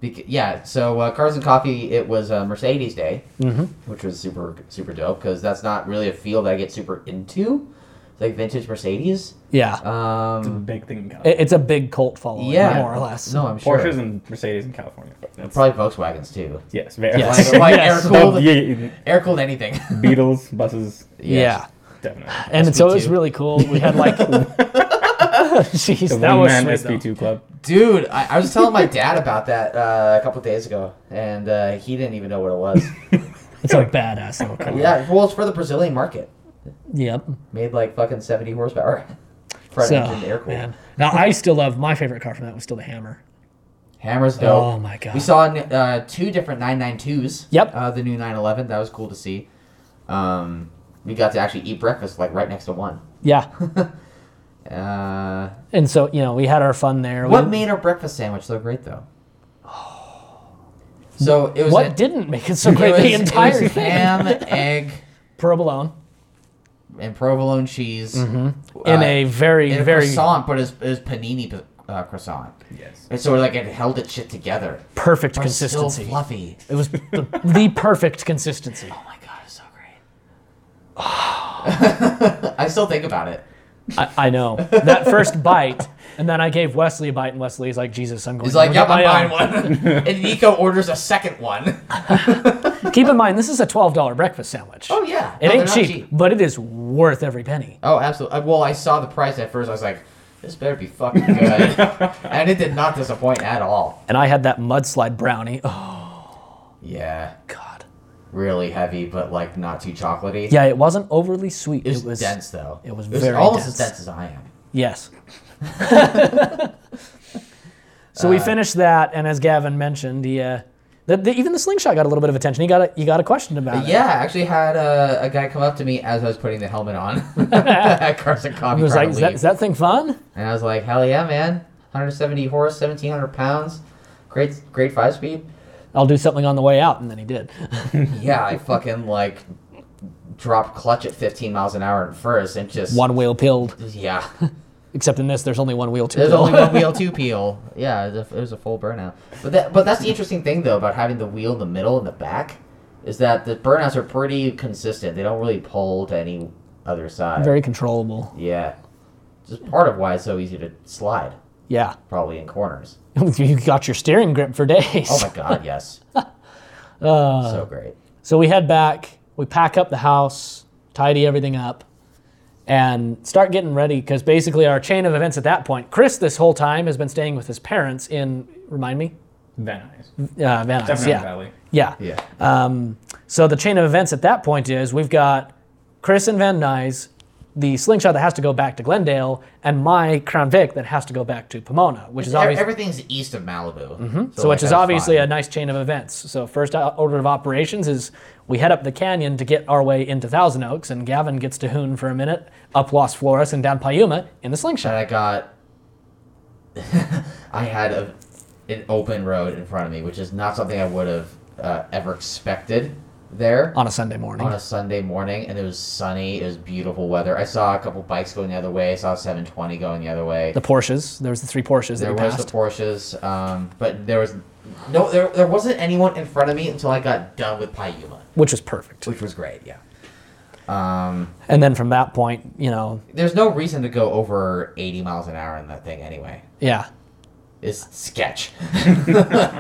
A: Bec- yeah, so uh, Cars and Coffee, it was uh, Mercedes Day,
C: Mm-hmm.
A: which was super super dope because that's not really a field that I get super into, like vintage Mercedes.
C: Yeah.
B: It's a
A: Um,
B: big thing in California.
C: It- it's a big cult following,
A: yeah,
C: more or less.
A: No, I'm sure.
B: Porsches and Mercedes in California. That's,
A: Probably Volkswagens too.
B: yes, very.
C: Yes.
A: Like, like
C: Yes.
A: air
B: Oh,
A: cooled,
B: yeah, yeah,
A: air cooled anything.
B: yeah. Beatles, buses,
A: Yes.
C: Yeah.
B: definitely.
C: And so it was
A: SP2.
C: really cool. We had like, jeez,
B: The
C: that
B: one
C: was
B: man
C: sweet,
B: SP2 club.
A: Dude, I, I was telling my dad about that uh, a couple days ago, and uh, he didn't even know what it was.
C: though. It's a badass little car.
A: yeah, well, it's for the Brazilian market.
C: Yep.
A: Made like fucking 70 horsepower. Front
C: So,
A: engine air cooled.
C: man. Now I still love my favorite car from that was still the Hammer.
A: Hammer's dope.
C: Oh my God.
A: We saw uh, two different 992s.
C: Yep.
A: Uh, the new 911. That was cool to see. Um, we got to actually eat breakfast like right next to one.
C: Yeah.
A: Uh,
C: And so you know we had our fun there.
A: what
C: we,
A: made our breakfast sandwich so great though? So it was
C: what
A: a-
C: didn't make it so
A: it
C: great?
A: was-
C: the
A: it was
C: entire thing.
A: ham, egg,
C: Provolone
A: and provolone cheese
C: Mm-hmm. in
A: uh,
C: a very
A: in a
C: very
A: croissant, but it's it's panini p- uh, croissant.
B: Yes.
A: And so like it held it shit together.
C: perfect
A: But it's still
C: consistency.
A: fluffy.
C: It was the, the perfect consistency.
A: Oh my god, it's so great. I still think about it.
C: I, I know that first bite, and then I gave Wesley a bite, and Wesley's like, "Jesus, I'm going."
A: He's like,
C: to
A: yep, I'm
C: my own."
A: buying one. and Nico orders a second one.
C: Keep in mind, this is a twelve dollar breakfast sandwich.
A: Oh yeah,
C: It
A: No,
C: ain't
A: they're not
C: cheap, but it is worth every penny.
A: Oh, absolutely. Well, I saw the price at first. I was like, this better be fucking good, and it did not disappoint at all.
C: And I had that mudslide brownie. Oh
A: Yeah,
C: God.
A: really heavy, but like not too chocolatey.
C: Yeah, it wasn't overly sweet.
A: it was, dense though.
C: it was very
A: almost as
C: dense.
A: dense as I am.
C: Yes. so
A: Uh,
C: we finished that, and as Gavin mentioned, the, uh, the, the even the slingshot got a little bit of attention. He got a, he got a question about it.
A: Yeah, I actually had uh, a, a guy come up to me as I was putting the helmet on at Carson Coffee
C: He was
A: Car
C: like,
A: to
C: is that,
A: leave."
C: is that thing fun?
A: and I was like, hell yeah, man! 170 horse, 1700 pounds, great, great five speed.
C: I'll do something on the way out, and then he did.
A: Yeah, I fucking like dropped clutch at 15 miles an hour at first and just
C: one wheel peeled.
A: Yeah,
C: Except in this, there's only one wheel. Two
A: there's
C: wheel.
A: only one wheel two peel. Yeah, it was a, it was a full burnout. But that, but that's the interesting thing though about having the wheel in the middle and the back, is that the burnouts are pretty consistent. They don't really pull to any other side.
C: Very controllable.
A: yeah, just part of why it's so easy to slide,
C: Yeah.
A: probably in corners.
C: you got your steering grip for days.
A: Oh my god, yes.
C: Uh,
A: so great.
C: So we head back, we pack up the house, tidy everything up, and start getting ready because basically our chain of events at that point, Chris this whole time has been staying with his parents in, remind me,
B: Van Nuys.
C: uh, Van Nuys.
B: Definitely
C: Yeah.
B: Valley.
C: yeah. Um,
A: Yeah.
C: uh, So the chain of events at that point is we've got Chris and Van Nuys, the slingshot that has to go back to Glendale, and my Crown Vic that has to go back to Pomona, which is
A: E-
C: obviously.
A: Everything's east of Malibu,
C: Mm-hmm. So, which
A: like,
C: is
A: that's
C: obviously
A: fine.
C: a nice chain of events. So, first o- order of operations is we head up the canyon to get our way into Thousand Oaks, and Gavin gets to Hoon for a minute, up Los Flores, and down Payuma in the
A: and
C: slingshot.
A: I got I had a, an open road in front of me, which is not something I would have uh, ever expected there
C: On a Sunday morning.
A: on a Sunday morning, and it was sunny. It was beautiful weather. I saw a couple bikes going the other way. I saw a 720 going the other way.
C: the Porsches. There was the three Porsches
A: there
C: that we
A: was
C: passed.
A: the Porsches, um, but there was no there, there wasn't anyone in front of me until I got done with Payuma,
C: which was perfect.
A: which was great. Yeah. Um,
C: And then from that point, you know,
A: there's no reason to go over 80 miles an hour in that thing anyway.
C: yeah.
A: It's sketch.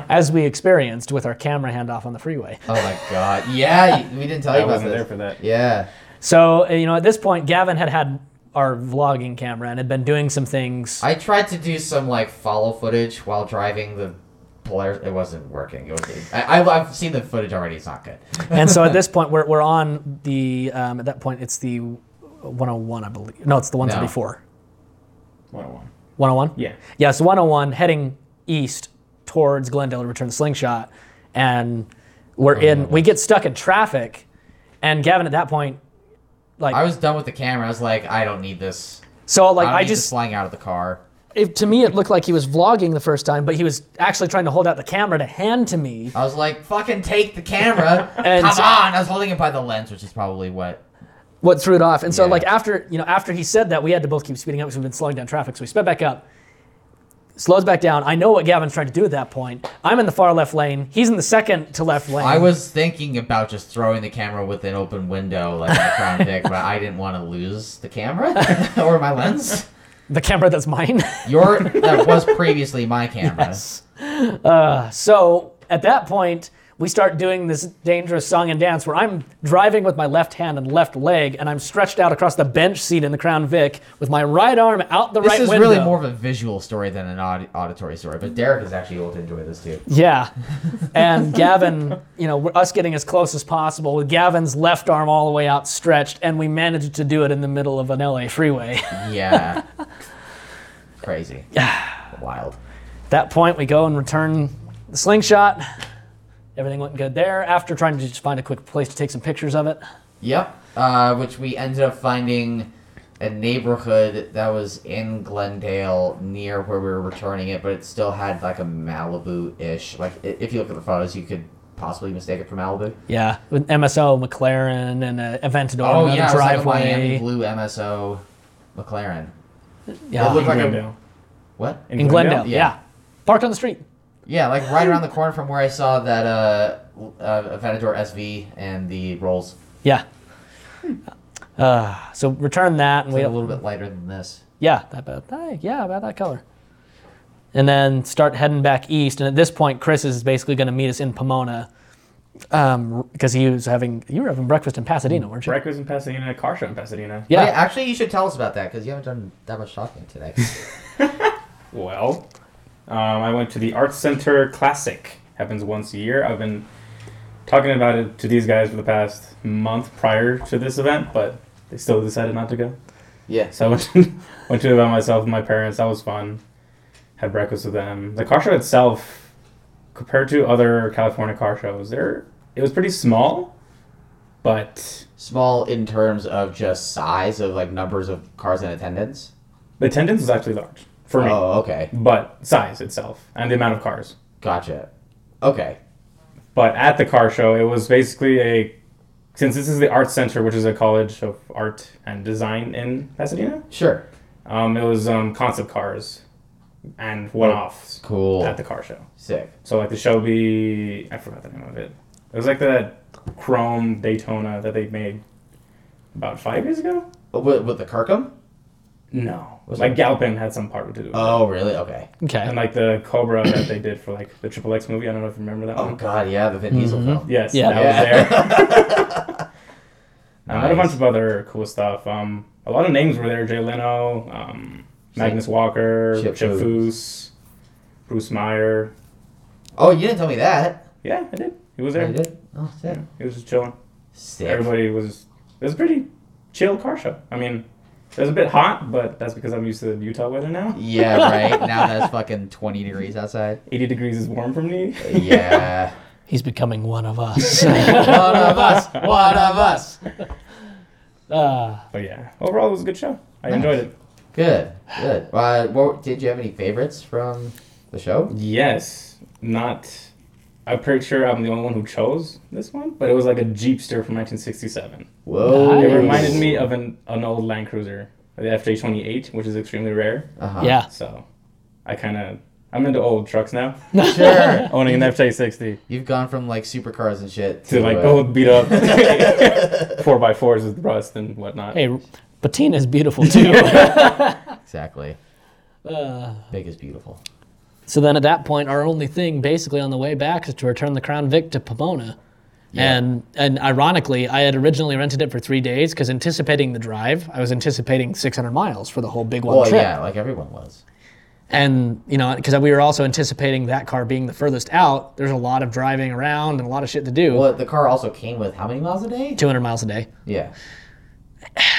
C: As we experienced with our camera handoff on the freeway.
A: Oh my god. Yeah, you- we didn't tell you
D: I
A: about
D: wasn't
A: this.
D: there for that.
A: Yeah.
C: So, uh, you know, at this point, Gavin had had our vlogging camera and had been doing some things.
A: I tried to do some like follow footage while driving the Polaris. It wasn't working. It was. I, I, I've seen the footage already. It's not good.
C: and so at this point, we're, we're on the, um, at that point, it's the 101, I believe. No, it's the 174.
B: 101.
C: 101?
B: Yeah.
C: Yeah, so 101 heading east towards Glendale to return the slingshot. And we're in, we get stuck in traffic. And Gavin, at that point, like,
A: I was done with the camera. I was like, I don't need this.
C: so like,
A: I, don't
C: I
A: need just
C: just,
A: flying out of the car.
C: it, to me, it looked like he was vlogging the first time, but he was actually trying to hold out the camera to hand to me.
A: I was like, fucking take the camera.
C: And
A: Come
C: so-
A: on. I was holding it by the lens, which is probably what.
C: what threw it off. And so
A: Yeah.
C: like after you know after he said that, we had to both keep speeding up because we've been slowing down traffic. So we sped back up, slows back down. I know what Gavin's trying to do at that point. I'm in the far left lane. He's in the second to left lane.
A: I was thinking about just throwing the camera with an open window like my Crown Vic, but I didn't want to lose the camera or my lens.
C: the camera that's mine.
A: Your that was previously my camera.
C: so at that point. We start doing this dangerous song and dance where I'm driving with my left hand and left leg, and I'm stretched out across the bench seat in the Crown Vic with my right arm out the
A: This
C: right
A: is
C: window.
A: really more of a visual story than an aud- auditory story, but Derek is actually able to enjoy this too.
C: Yeah. And Gavin, you know, we're- us getting as close as possible with Gavin's left arm all the way outstretched, and we managed to do it in the middle of an LA freeway. At
A: Yeah. Crazy. Wild.
C: that point, we go and return the slingshot. Everything went good there after trying to just find a quick place to take some pictures of it.
A: Yep. Uh, which we ended up finding a neighborhood that was in Glendale near where we were returning it, but it still had like a Malibu ish. Like, i- if you look at the photos, you could possibly mistake it for Malibu.
C: Yeah, with MSO, McLaren, and uh, Aventador,
A: Oh,
C: another
A: yeah. It was like a Miami
C: driveway.
A: blue MSO McLaren.
C: yeah,
A: It looked like a.
B: Glendale.
A: What?
C: in
A: yeah.
C: Glendale. Yeah. parked on the street.
A: Yeah, like right around the corner from where I saw that uh, uh Aventador SV and the rolls.
C: Yeah. Uh, so return that, and we
A: Like a little bit lighter than this.
C: Yeah, that about that, yeah, about that color. And then start heading back east. And at this point, Chris is basically going to meet us in Pomona because he was having you were having breakfast in Pasadena, weren't you?
B: Breck was in Pasadena, a car show in Pasadena.
C: Yeah.
A: Oh, actually, you should tell us about that because you haven't done that much talking today.
B: Well, um, I went to the Arts Center Classic. Happens once a year. I've been talking about it to these guys for the past month prior to this event, but they still decided not to go.
A: yeah.
B: So I went to, went to it by myself and my parents. That was fun. Had breakfast with them. The car show itself, compared to other California car shows, there it was pretty small, but
A: Small in terms of just size of like numbers of cars in attendance.
B: the attendance was actually large for me.
A: Oh, okay.
B: But size itself and the amount of cars.
A: Gotcha. Okay.
B: but at the car show it was basically a since this is the art center which is a college of art and design in pasadena
A: Sure.
B: um, it was um, concept cars and one-offs
A: Cool.
B: at the car show
A: Sick.
B: so like the shelby i forgot the name of it it was like that chrome daytona that they made about five years ago.
A: With, with the Kirkham?
B: No, like Galpin had some part to do. With it.
A: Oh, really? Okay.
C: Okay.
B: And like the Cobra that they did for like the Triple X movie. I don't know if you remember that
A: Oh,
B: one.
A: God, yeah, the Vin Diesel film.
B: Yes,
C: Yeah.
B: that was there. Um, I had a bunch of other cool stuff. Um, a lot of names were there: Jay Leno, um, Magnus Walker,
A: Chip
B: Chip, Foose, Bruce Meyer.
A: Oh, you didn't tell me that.
B: Yeah, I did. He was
A: You
B: there.
A: did? Oh, sick.
B: Yeah, he was just chilling.
A: Sick.
B: Everybody was. It was a pretty chill car show. I mean, it was a bit hot, but that's because I'm used to the Utah weather now.
A: Yeah, right? now that's fucking 20 degrees outside.
B: 80 degrees is warm for me.
A: Yeah.
C: He's becoming one of us.
A: one of us. One of us.
C: uh,
B: But yeah, overall it was a good show. I enjoyed it.
A: Good. Good. Uh, what, did you have any favorites from the show?
B: Yes, not. I'm pretty sure I'm the only one who chose this one, but it was like a Jeepster from 1967.
A: Whoa.
B: It
C: Nice.
B: reminded me of an, an old Land Cruiser, the FJ28, which is extremely rare.
A: Uh-huh.
C: yeah.
B: So I kind of. I'm into old trucks now.
A: Sure.
B: Owning an FJ60
A: You've gone from like supercars and shit
B: to like
A: uh,
B: old beat up 4x4s with rust and whatnot.
C: Hey, patina is beautiful too.
A: exactly.
C: uh,
A: Big is beautiful.
C: so then at that point, our only thing basically on the way back is to return the Crown Vic to Pomona. And and ironically, I had originally rented it for three days because anticipating the drive, I was anticipating 600 miles for the whole big one
A: Well,
C: trip.
A: Oh, yeah, like everyone was.
C: And you know, because we were also anticipating that car being the furthest out. There's a lot of driving around and a lot of shit to do.
A: Well, the car also came with how many miles a day?
C: 200 miles a day.
A: Yeah.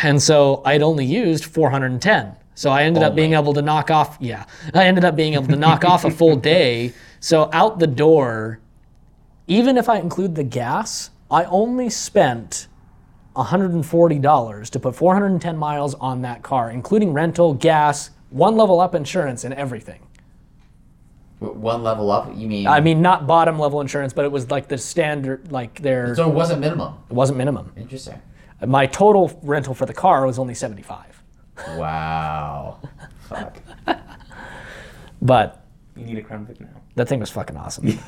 C: And so I'd only used 410. So I ended up being able to knock off, yeah, I ended up being able to knock off a full day. So out the door, even if I include the gas, I only spent $140 to put 410 miles on that car, including rental, gas, one level up insurance, and everything.
A: W- One level up, you mean?
C: I mean, not bottom level insurance, but it was like the standard, like their, it
A: so it wasn't minimum.
C: wasn't minimum.
A: Interesting.
C: My total rental for the car was only 75.
A: Wow. Fuck.
C: But
B: You need a Crown Vic now.
C: That thing was fucking awesome.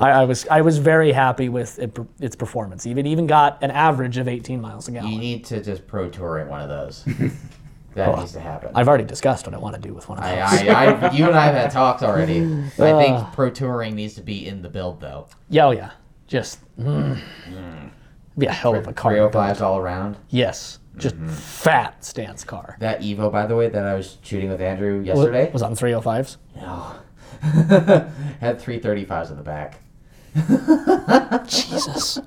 C: I, I was I was very happy with it, per- its performance. Even even got an average of 18 miles a
A: You
C: gallon.
A: need to just pro touring one of those. That needs to happen. I,
C: I've already discussed what I want to do with one of those.
A: I, I, you and I have had talks already.
C: Uh.
A: I think pro touring needs to be in the build though.
C: yeah, oh yeah, just mm, be a hell of a car. to build.
A: 305s all around.
C: Yes, just fat stance car.
A: That Evo, by the way, that I was shooting with Andrew yesterday.
C: was on 305s.
A: No. Oh. had 335s in the back.
C: Jesus,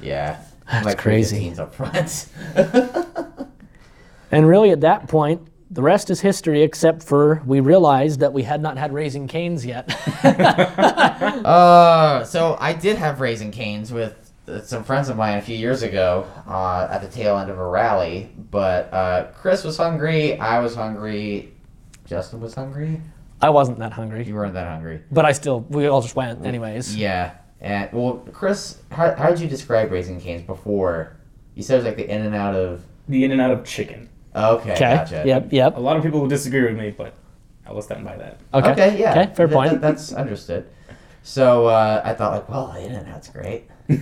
A: Yeah. That's
C: crazy.
A: Up front.
C: and really at that point. The rest is history, except for we realized that we had not had Raising Canes yet.
A: Uh, so I did have Raising Canes with uh, some friends of mine a few years ago uh, at the tail end of a rally, but uh, Chris was hungry, I was hungry, Justin was hungry.
C: I wasn't that hungry,
A: You weren't that hungry.
C: but I still, we all just went anyways.
A: Yeah. And well, Chris, how how did you describe Raising Canes before? You said it was like the in and out of.
B: The in and out of chicken.
A: Okay.
C: Okay.
A: Gotcha.
C: Yep, yep.
B: A lot of people will disagree with me, but I'll let stand by that.
C: Okay.
A: Okay. yeah.
C: Okay. Fair
A: Th-
C: point.
A: th- that's understood. So uh, I thought, like, well, In and Out's great. we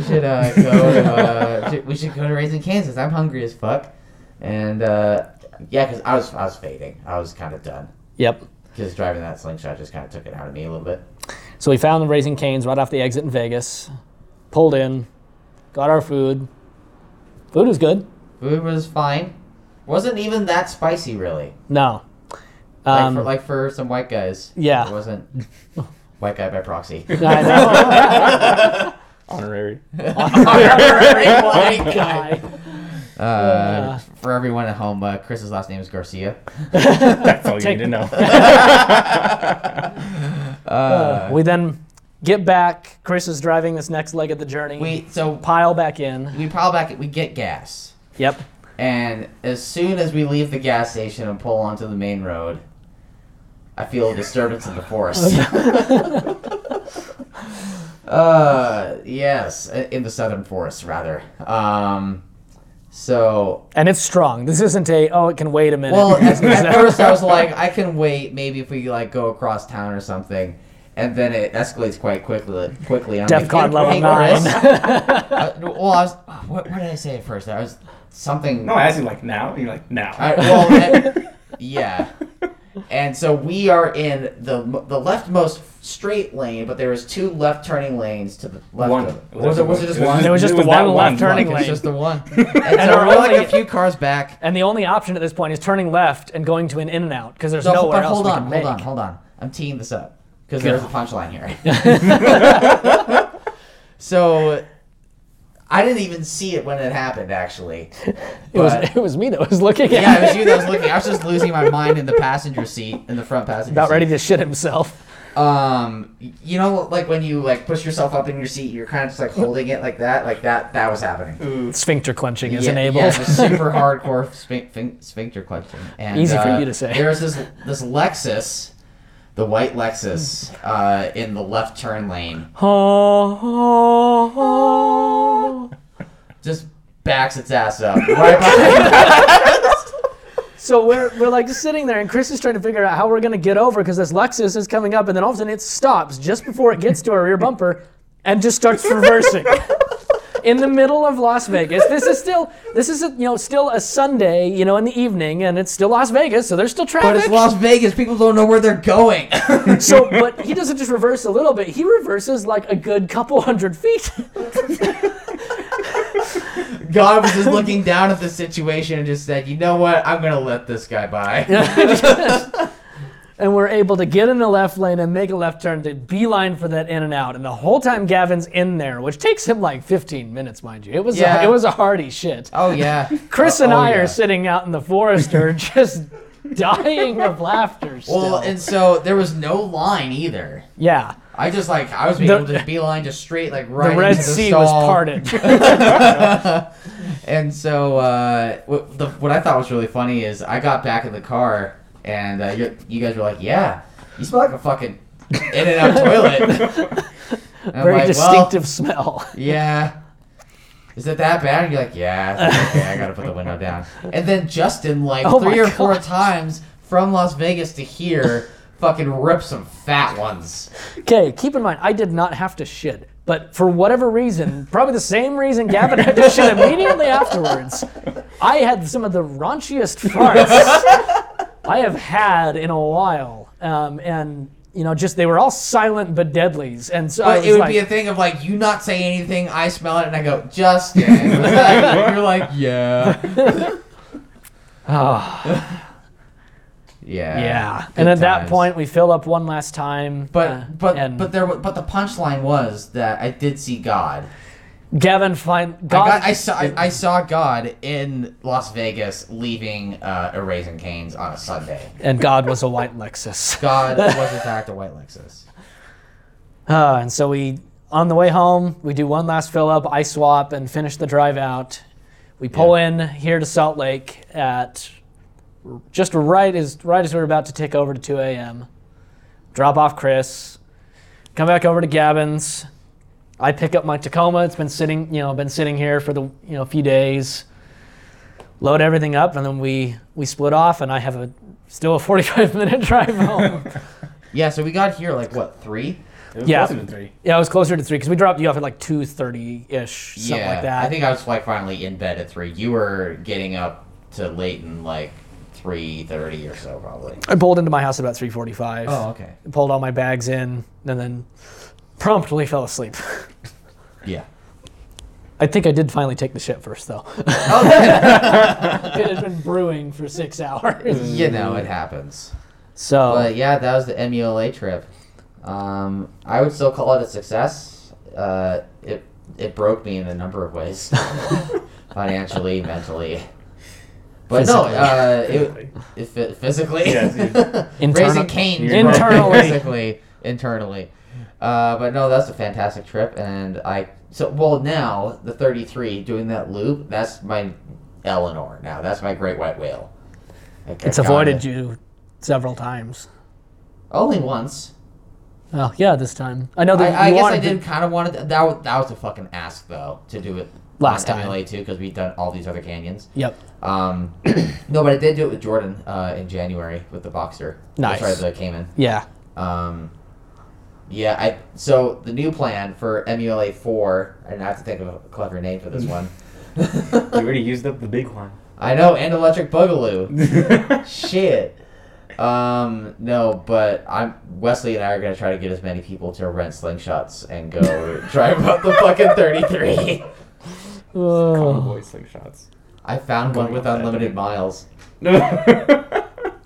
A: should uh, go. To, uh, sh- we should go to Raising Cane's 'cause I'm hungry as fuck. And uh, yeah, because I was I was fading. I was kind of done.
C: Yep.
A: Because driving that slingshot just kind of took it out of me a little bit.
C: So we found the Raising Canes right off the exit in Vegas, pulled in, got our food. Food was good.
A: Food was fine. Wasn't even that spicy, really.
C: No.
A: Like,
C: Um,
A: for, like for some white guys.
C: Yeah.
A: It wasn't white guy by proxy.
C: I know.
B: Honorary.
A: white guy. Uh,
C: Uh.
A: for everyone at home, uh, Chris's last name is Garcia.
B: That's all you
C: Take-
B: need to know.
C: we then get back. Chris is driving this next leg of the journey.
A: We so
C: pile back in.
A: we pile back. We get gas,
C: Yep.
A: and as soon as we leave the gas station and pull onto the main road, I feel a disturbance in the forest. uh, yes, i- in the southern forest rather. Um, so
C: And it's strong. This isn't a, oh, it can wait a minute.
A: Well, at, at first I was like, I can wait. Maybe if we like go across town or something. and then it escalates quite quickly. Quickly, I'm
C: DEF
A: like,
C: CON
A: "Hey,
C: level
A: hey,
C: nine.
A: Chris." Uh, no, well, I was. What, what did I say at first? I was something.
B: No, I asked you like now. You're like now.
A: I, well, that- yeah. And so we are in the m- the leftmost straight lane, but there was two left turning lanes to the left.
B: One.
A: Of it. Was it was it just one?
C: It was just the
B: that
C: one left turning
A: It
B: Like,
A: was
C: lane.
A: just the one. And, so
C: our
A: we're like
C: only-
A: a few cars back.
C: And the only option at this point is turning left and going to an in and out because there's
A: So,
C: nowhere
A: but
C: else
A: hold
C: we
A: on,
C: can
A: hold
C: make.
A: on, hold on. I'm teeing this up because there's a punchline here. so I didn't even see it when it happened, actually.
C: It was
A: But-
C: it was me that was looking at.
A: yeah, it
C: it.
A: was you that was looking. I was just losing my mind in the passenger seat, in the front passenger.
C: about
A: seat.
C: ready to shit himself.
A: Um, y- you know, like when you like push yourself up in your seat, you're kind of just like holding it like that, like that. That was happening.
C: Sphincter clenching is
A: Yeah,
C: enabled.
A: Yeah, the super hardcore sphin- fin- sphincter clenching. And,
C: Easy for
A: uh,
C: you to say.
A: There's this this Lexus, the white Lexus,
C: Hmm.
A: uh, in the left turn lane,
C: Oh, oh, oh.
A: just backs its ass up right behind.
C: So we're, we're like sitting there, and Chris is trying to figure out how we're going to get over because this Lexus is coming up, and then all of a sudden it stops just before it gets to our rear bumper and just starts reversing. In the middle of Las Vegas, this is still this is a, you know still a Sunday you know in the evening, and it's still Las Vegas, so there's still traffic.
A: But it's Las Vegas. People don't know where they're going.
C: So, but he doesn't just reverse a little bit. He reverses like a good couple hundred feet.
A: God was just looking down at the situation and just said, "You know what? I'm gonna let this guy by."
C: and we're able to get in the left lane and make a left turn to beeline for that in and out. And the whole time Gavin's in there, which takes him like 15 minutes, mind you. It was
A: Yeah.
C: a, it was a hardy shit.
A: Oh yeah.
C: Chris and
A: Oh,
C: I
A: yeah.
C: are sitting out in the forester just dying of laughter. Still.
A: Well, and so there was no line either.
C: yeah,
A: I just like I was being
C: The-
A: able to beeline just straight like
C: the
A: right
C: Red
A: into the
C: Sea was
A: stall.
C: parted.
A: And so uh, what, the, what I thought was really funny is I got back in the car and uh, you, you guys were like, "Yeah, you smell like a fucking in and out toilet." And I'm
C: Very
A: like, "Well,
C: distinctive smell.
A: yeah. Is it that bad? And you're like, yeah. it's okay, I gotta put the window down. And then Justin, like
C: Oh
A: three
C: my
A: or four
C: God.
A: times from Las Vegas to here, fucking rip some fat ones.
C: Okay, keep in mind, I did not have to shit. But for whatever reason, probably the same reason Gavin had to shit immediately afterwards, I had some of the raunchiest farts I have had in a while. Um, and, you know, just they were all silent but deadlies. And so I
A: But
C: was
A: it would
C: like,
A: be a thing of like you not say anything, I smell it, and I go, Justin. And you're like, yeah.
C: "Oh,
A: Yeah.
C: yeah.
A: Good
C: And at that
A: times.
C: point, we fill up one last time.
A: But
C: uh,
A: but
C: and
A: but there wa- but the punchline was that I did see God.
C: Gavin find
A: I,
C: God.
A: got, I saw I, I saw God in Las Vegas leaving uh, a Raising Canes on a Sunday.
C: and God was a white Lexus.
A: God was in fact a white Lexus.
C: Uh, and so we, on the way home, we do one last fill up, I swap, and finish the drive out. We pull in here to Salt Lake at just right as right as we're about to take over to 2 a.m. Drop off Chris, come back over to Gavin's. I pick up my Tacoma. It's been sitting, you know, been sitting here for the you know few days. Load everything up, and then we we split off, and I have a still a 45 minute drive home.
A: Yeah, so we got here like what three?
B: It was
C: Yeah.
B: closer than three.
C: Yeah, it was closer to three because we dropped you off at like two thirty ish, something
A: yeah,
C: like that.
A: I think I was like finally in bed at three. You were getting up to Leighton like three thirty or so probably.
C: I pulled into my house at about three forty-five.
A: okay.
C: Pulled all my bags in, and then promptly fell asleep.
A: Yeah.
C: I think I did finally take the shit first, though.
A: Oh, yeah.
C: it had been brewing for six hours.
A: you know it happens.
C: So
A: But yeah, that was the MULA trip. Um, I would still call it a success. Uh, it it broke me in a number of ways, financially, mentally. But no,
C: Physically.
A: uh, it, it phy- physically.
B: Yes, yes.
A: Raising
C: Internal-
A: Cain.
B: You're right.
C: Internally.
A: Physically. Internally. Uh, but no, that's a fantastic trip, and I so well now the thirty three doing that loop. That's my Eleanor now. That's my great white whale. Like,
C: it's
A: I've gone
C: avoided
A: to-
C: you several times.
A: only once.
C: Oh yeah, this time I know that
A: I, I
C: you
A: guess I
C: wanted
A: did
C: to-
A: kind of wanted to, that. wa- That was a fucking ask though to do it
C: Last
A: on
C: time.
A: MLA too because we've done all these other canyons.
C: Yep.
A: Um, no, but I did do it with Jordan uh, in January with the Boxer.
C: Nice.
A: Sorry, the Cayman.
C: Yeah.
A: Um, Yeah, I so the new plan for MULA four. I didn't have to think of a clever name for this one.
B: You already used up the big one.
A: I know, and Electric Boogaloo. Shit. Um, no, but I'm Wesley and I are gonna try to get as many people to rent slingshots and go drive up the fucking thirty three.
C: Oh.
B: Convoy slingshots.
A: I found one with unlimited miles.
C: Hey,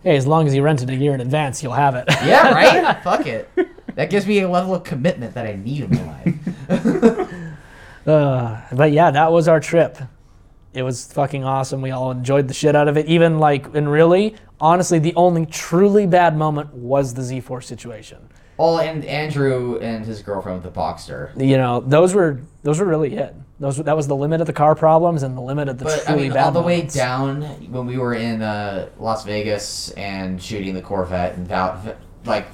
C: as long as you rent it a year in advance, you'll have it.
A: Yeah, right? Fuck it. That gives me a level of commitment that I need in my life.
C: Uh, but yeah, that was our trip. It was fucking awesome. We all enjoyed the shit out of it. Even like, and really, honestly, the only truly bad moment was the Z4 situation.
A: Oh, and Andrew and his girlfriend with the Boxster.
C: You know, those were those were really it. Those were- that was the limit of the car problems and the limit of the
A: But I
C: truly
A: mean,
C: bad
A: all the way
C: moments.
A: down when we were in uh, Las Vegas and shooting the Corvette and Val- like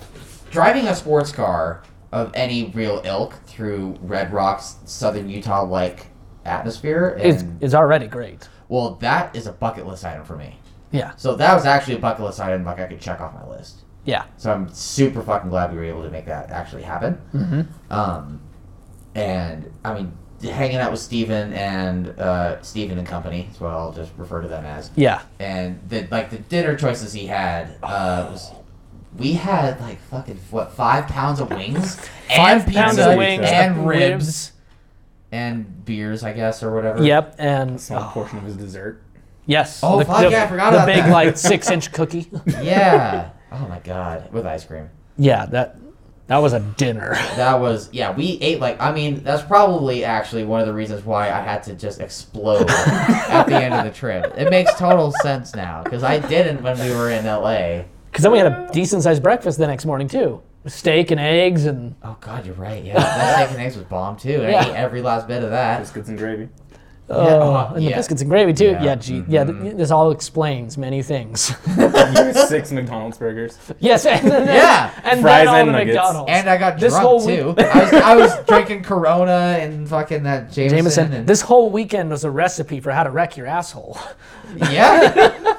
A: driving a sports car of any real ilk through Red Rock's southern Utah like atmosphere. And,
C: is is already great.
A: well, that is a bucket list item for me.
C: Yeah,
A: So that was actually a bucket list item like I could check off my list.
C: yeah.
A: So I'm super fucking glad we were able to make that actually happen.
B: Mm-hmm.
A: Um, and I mean, hanging out with Steven and uh, Steven and company is what I'll just refer to them as.
C: Yeah.
A: And the like the dinner choices he had uh,
B: Oh.
A: was. We had like fucking what five pounds of wings, and pizza,
B: pounds of wings,
A: and ribs, and beers, I guess, or whatever.
C: Yep, and uh,
B: Small portion of his dessert.
C: yes.
A: Oh,
C: the,
A: fuck
C: the-
A: yeah, I forgot
C: the
A: about
C: big
A: that.
C: like six inch cookie.
A: Yeah. Oh my god, with ice cream.
C: yeah, that that was a dinner.
A: That was yeah. We ate like I mean that's probably actually one of the reasons why I had to just explode at the end of the trip. It makes total sense now because I didn't when we were in L.A.
C: Because then we had a decent sized breakfast the next morning too, with steak and eggs and
A: Oh God, you're right. Yeah, that steak and eggs was bomb too. and I
C: Yeah.
A: ate every last bit of that.
B: Biscuits and gravy.
C: Oh, and
A: yeah.
C: the biscuits and gravy too.
A: Yeah. Mm-hmm.
C: Yeah, gee, yeah. Th- this all explains many things.
B: Six McDonald's burgers.
C: yes, and then,
A: Yeah.
C: and
B: Fries
C: then all
B: and
C: the
B: nuggets.
C: McDonald's.
A: And I got
C: This
A: drunk
C: whole
A: too. I, was, I was drinking Corona and fucking that Jameson.
C: Jameson,
A: and,
C: this whole weekend was a recipe for how to wreck your asshole.
A: yeah.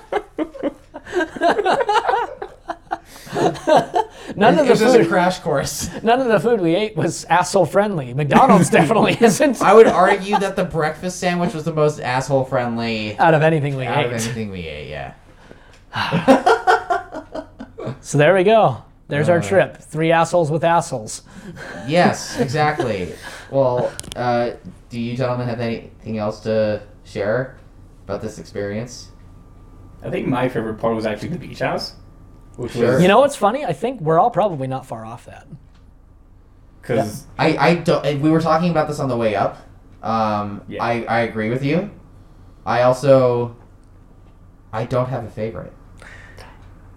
C: None of
A: It
C: the
A: was just a
C: food,
A: crash course.
C: none of the food we ate was asshole friendly. McDonald's definitely isn't
A: I would argue that the breakfast sandwich was the most asshole friendly
C: out of anything we
A: out of
C: ate.
A: anything we ate. Yeah.
C: So there we go. There's our trip. Three assholes with assholes.
A: Yes, exactly. well, uh, do you gentlemen have anything else to share about this experience?
B: I think my favorite part was actually the beach house. Which
A: Sure.
B: was
C: You know what's funny? I think we're all probably not far off that.
B: because
A: I, I don't. and We were talking about this on the way up. Um,
B: Yeah.
A: I, I agree with you. I also, I don't have a favorite.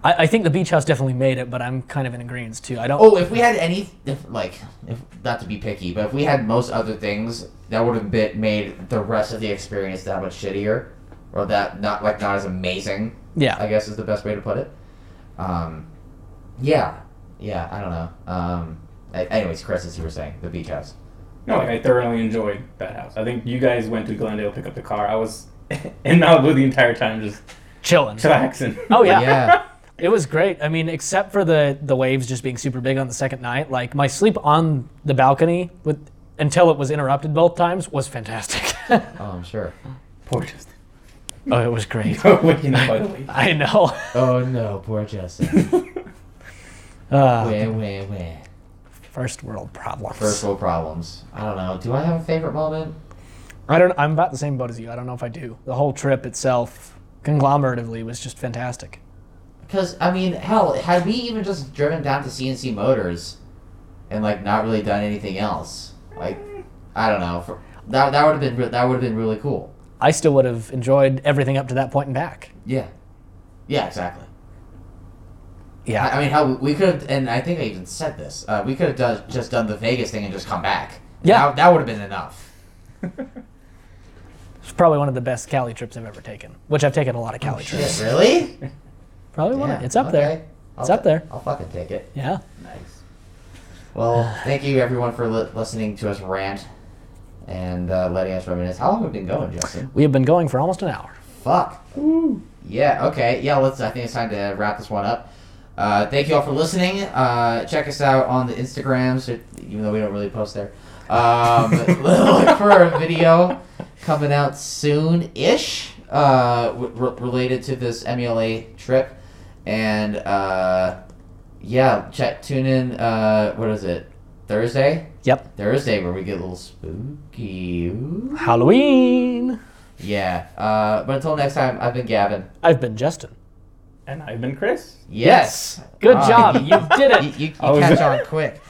C: I, I think the beach house definitely made it, but I'm kind of in agreement too. I don't.
A: Oh, if we had any, if, like, if not to be picky, but if we had most other things, that would have been made the rest of the experience that much shittier, or that not like not as amazing.
C: yeah.
A: I guess is the best way to put it. Um, yeah, yeah, I don't know. Um, a- anyways, Chris, as you were saying, the beach house.
B: no, like, I thoroughly enjoyed that house. I think you guys went to Glendale pick up the car. I was in Malibu the entire time, just
C: Chilling.
B: chillaxing.
C: Oh yeah.
A: Yeah,
C: It was great. I mean, except for the the waves just being super big on the second night. Like my sleep on the balcony with until it was interrupted both times was fantastic.
A: oh, I'm sure.
B: Poor Justin.
C: oh, it was great.
B: Waking up by the way.
C: I know.
A: Oh no, poor Justin.
C: Uh,
A: wah, wah, wah.
C: first world problems.
A: Oh, First world problems. I don't know. Do I have a favorite moment?
C: I don't. I'm about the same boat as you. I don't know if I do. The whole trip itself, conglomeratively, was just fantastic.
A: Because I mean, hell, had we even just driven down to CNC Motors, and like not really done anything else, like I don't know, for, that that would have been re- that would have been really cool.
C: I still would have enjoyed everything up to that point and back.
A: Yeah, yeah, exactly.
C: Yeah.
A: I I mean, how we could have, and I think I even said this. Uh, we could have done, just done the Vegas thing and just come back.
C: Yeah.
A: that, that would have been enough.
C: It's probably one of the best Cali trips I've ever taken, which I've taken a lot of Cali trips.
A: Oh, Shit, really?
C: Probably one.
A: Yeah,
C: of- It's up there.
A: okay.
C: It's
A: I'll-
C: up there.
A: I'll fucking take it.
C: Yeah.
A: Nice. Well, thank you everyone for li- listening to us rant and uh, letting us reminisce. How long have we been going, Justin?
C: We have been going for almost an hour.
A: Fuck. Yeah. Okay. Yeah. Let's. I think it's time to wrap this one up. Uh, thank you all for listening. Uh, check us out on the Instagrams, or- even though we don't really post there. Um, look for a video coming out soon ish uh, w- re- related to this MLA trip. And uh, yeah, check, tune in. Uh, what is it? Thursday?
C: Yep.
A: Thursday, where we get a little spooky. Ooh.
C: Halloween.
A: Yeah. Uh, but until next time, I've been Gavin.
C: I've been Justin.
B: And I've been Chris.
A: Yes.
C: Good
A: Ah,
C: job.
A: you-
C: You did it.
A: You, you, you
B: I was-
A: catch on quick.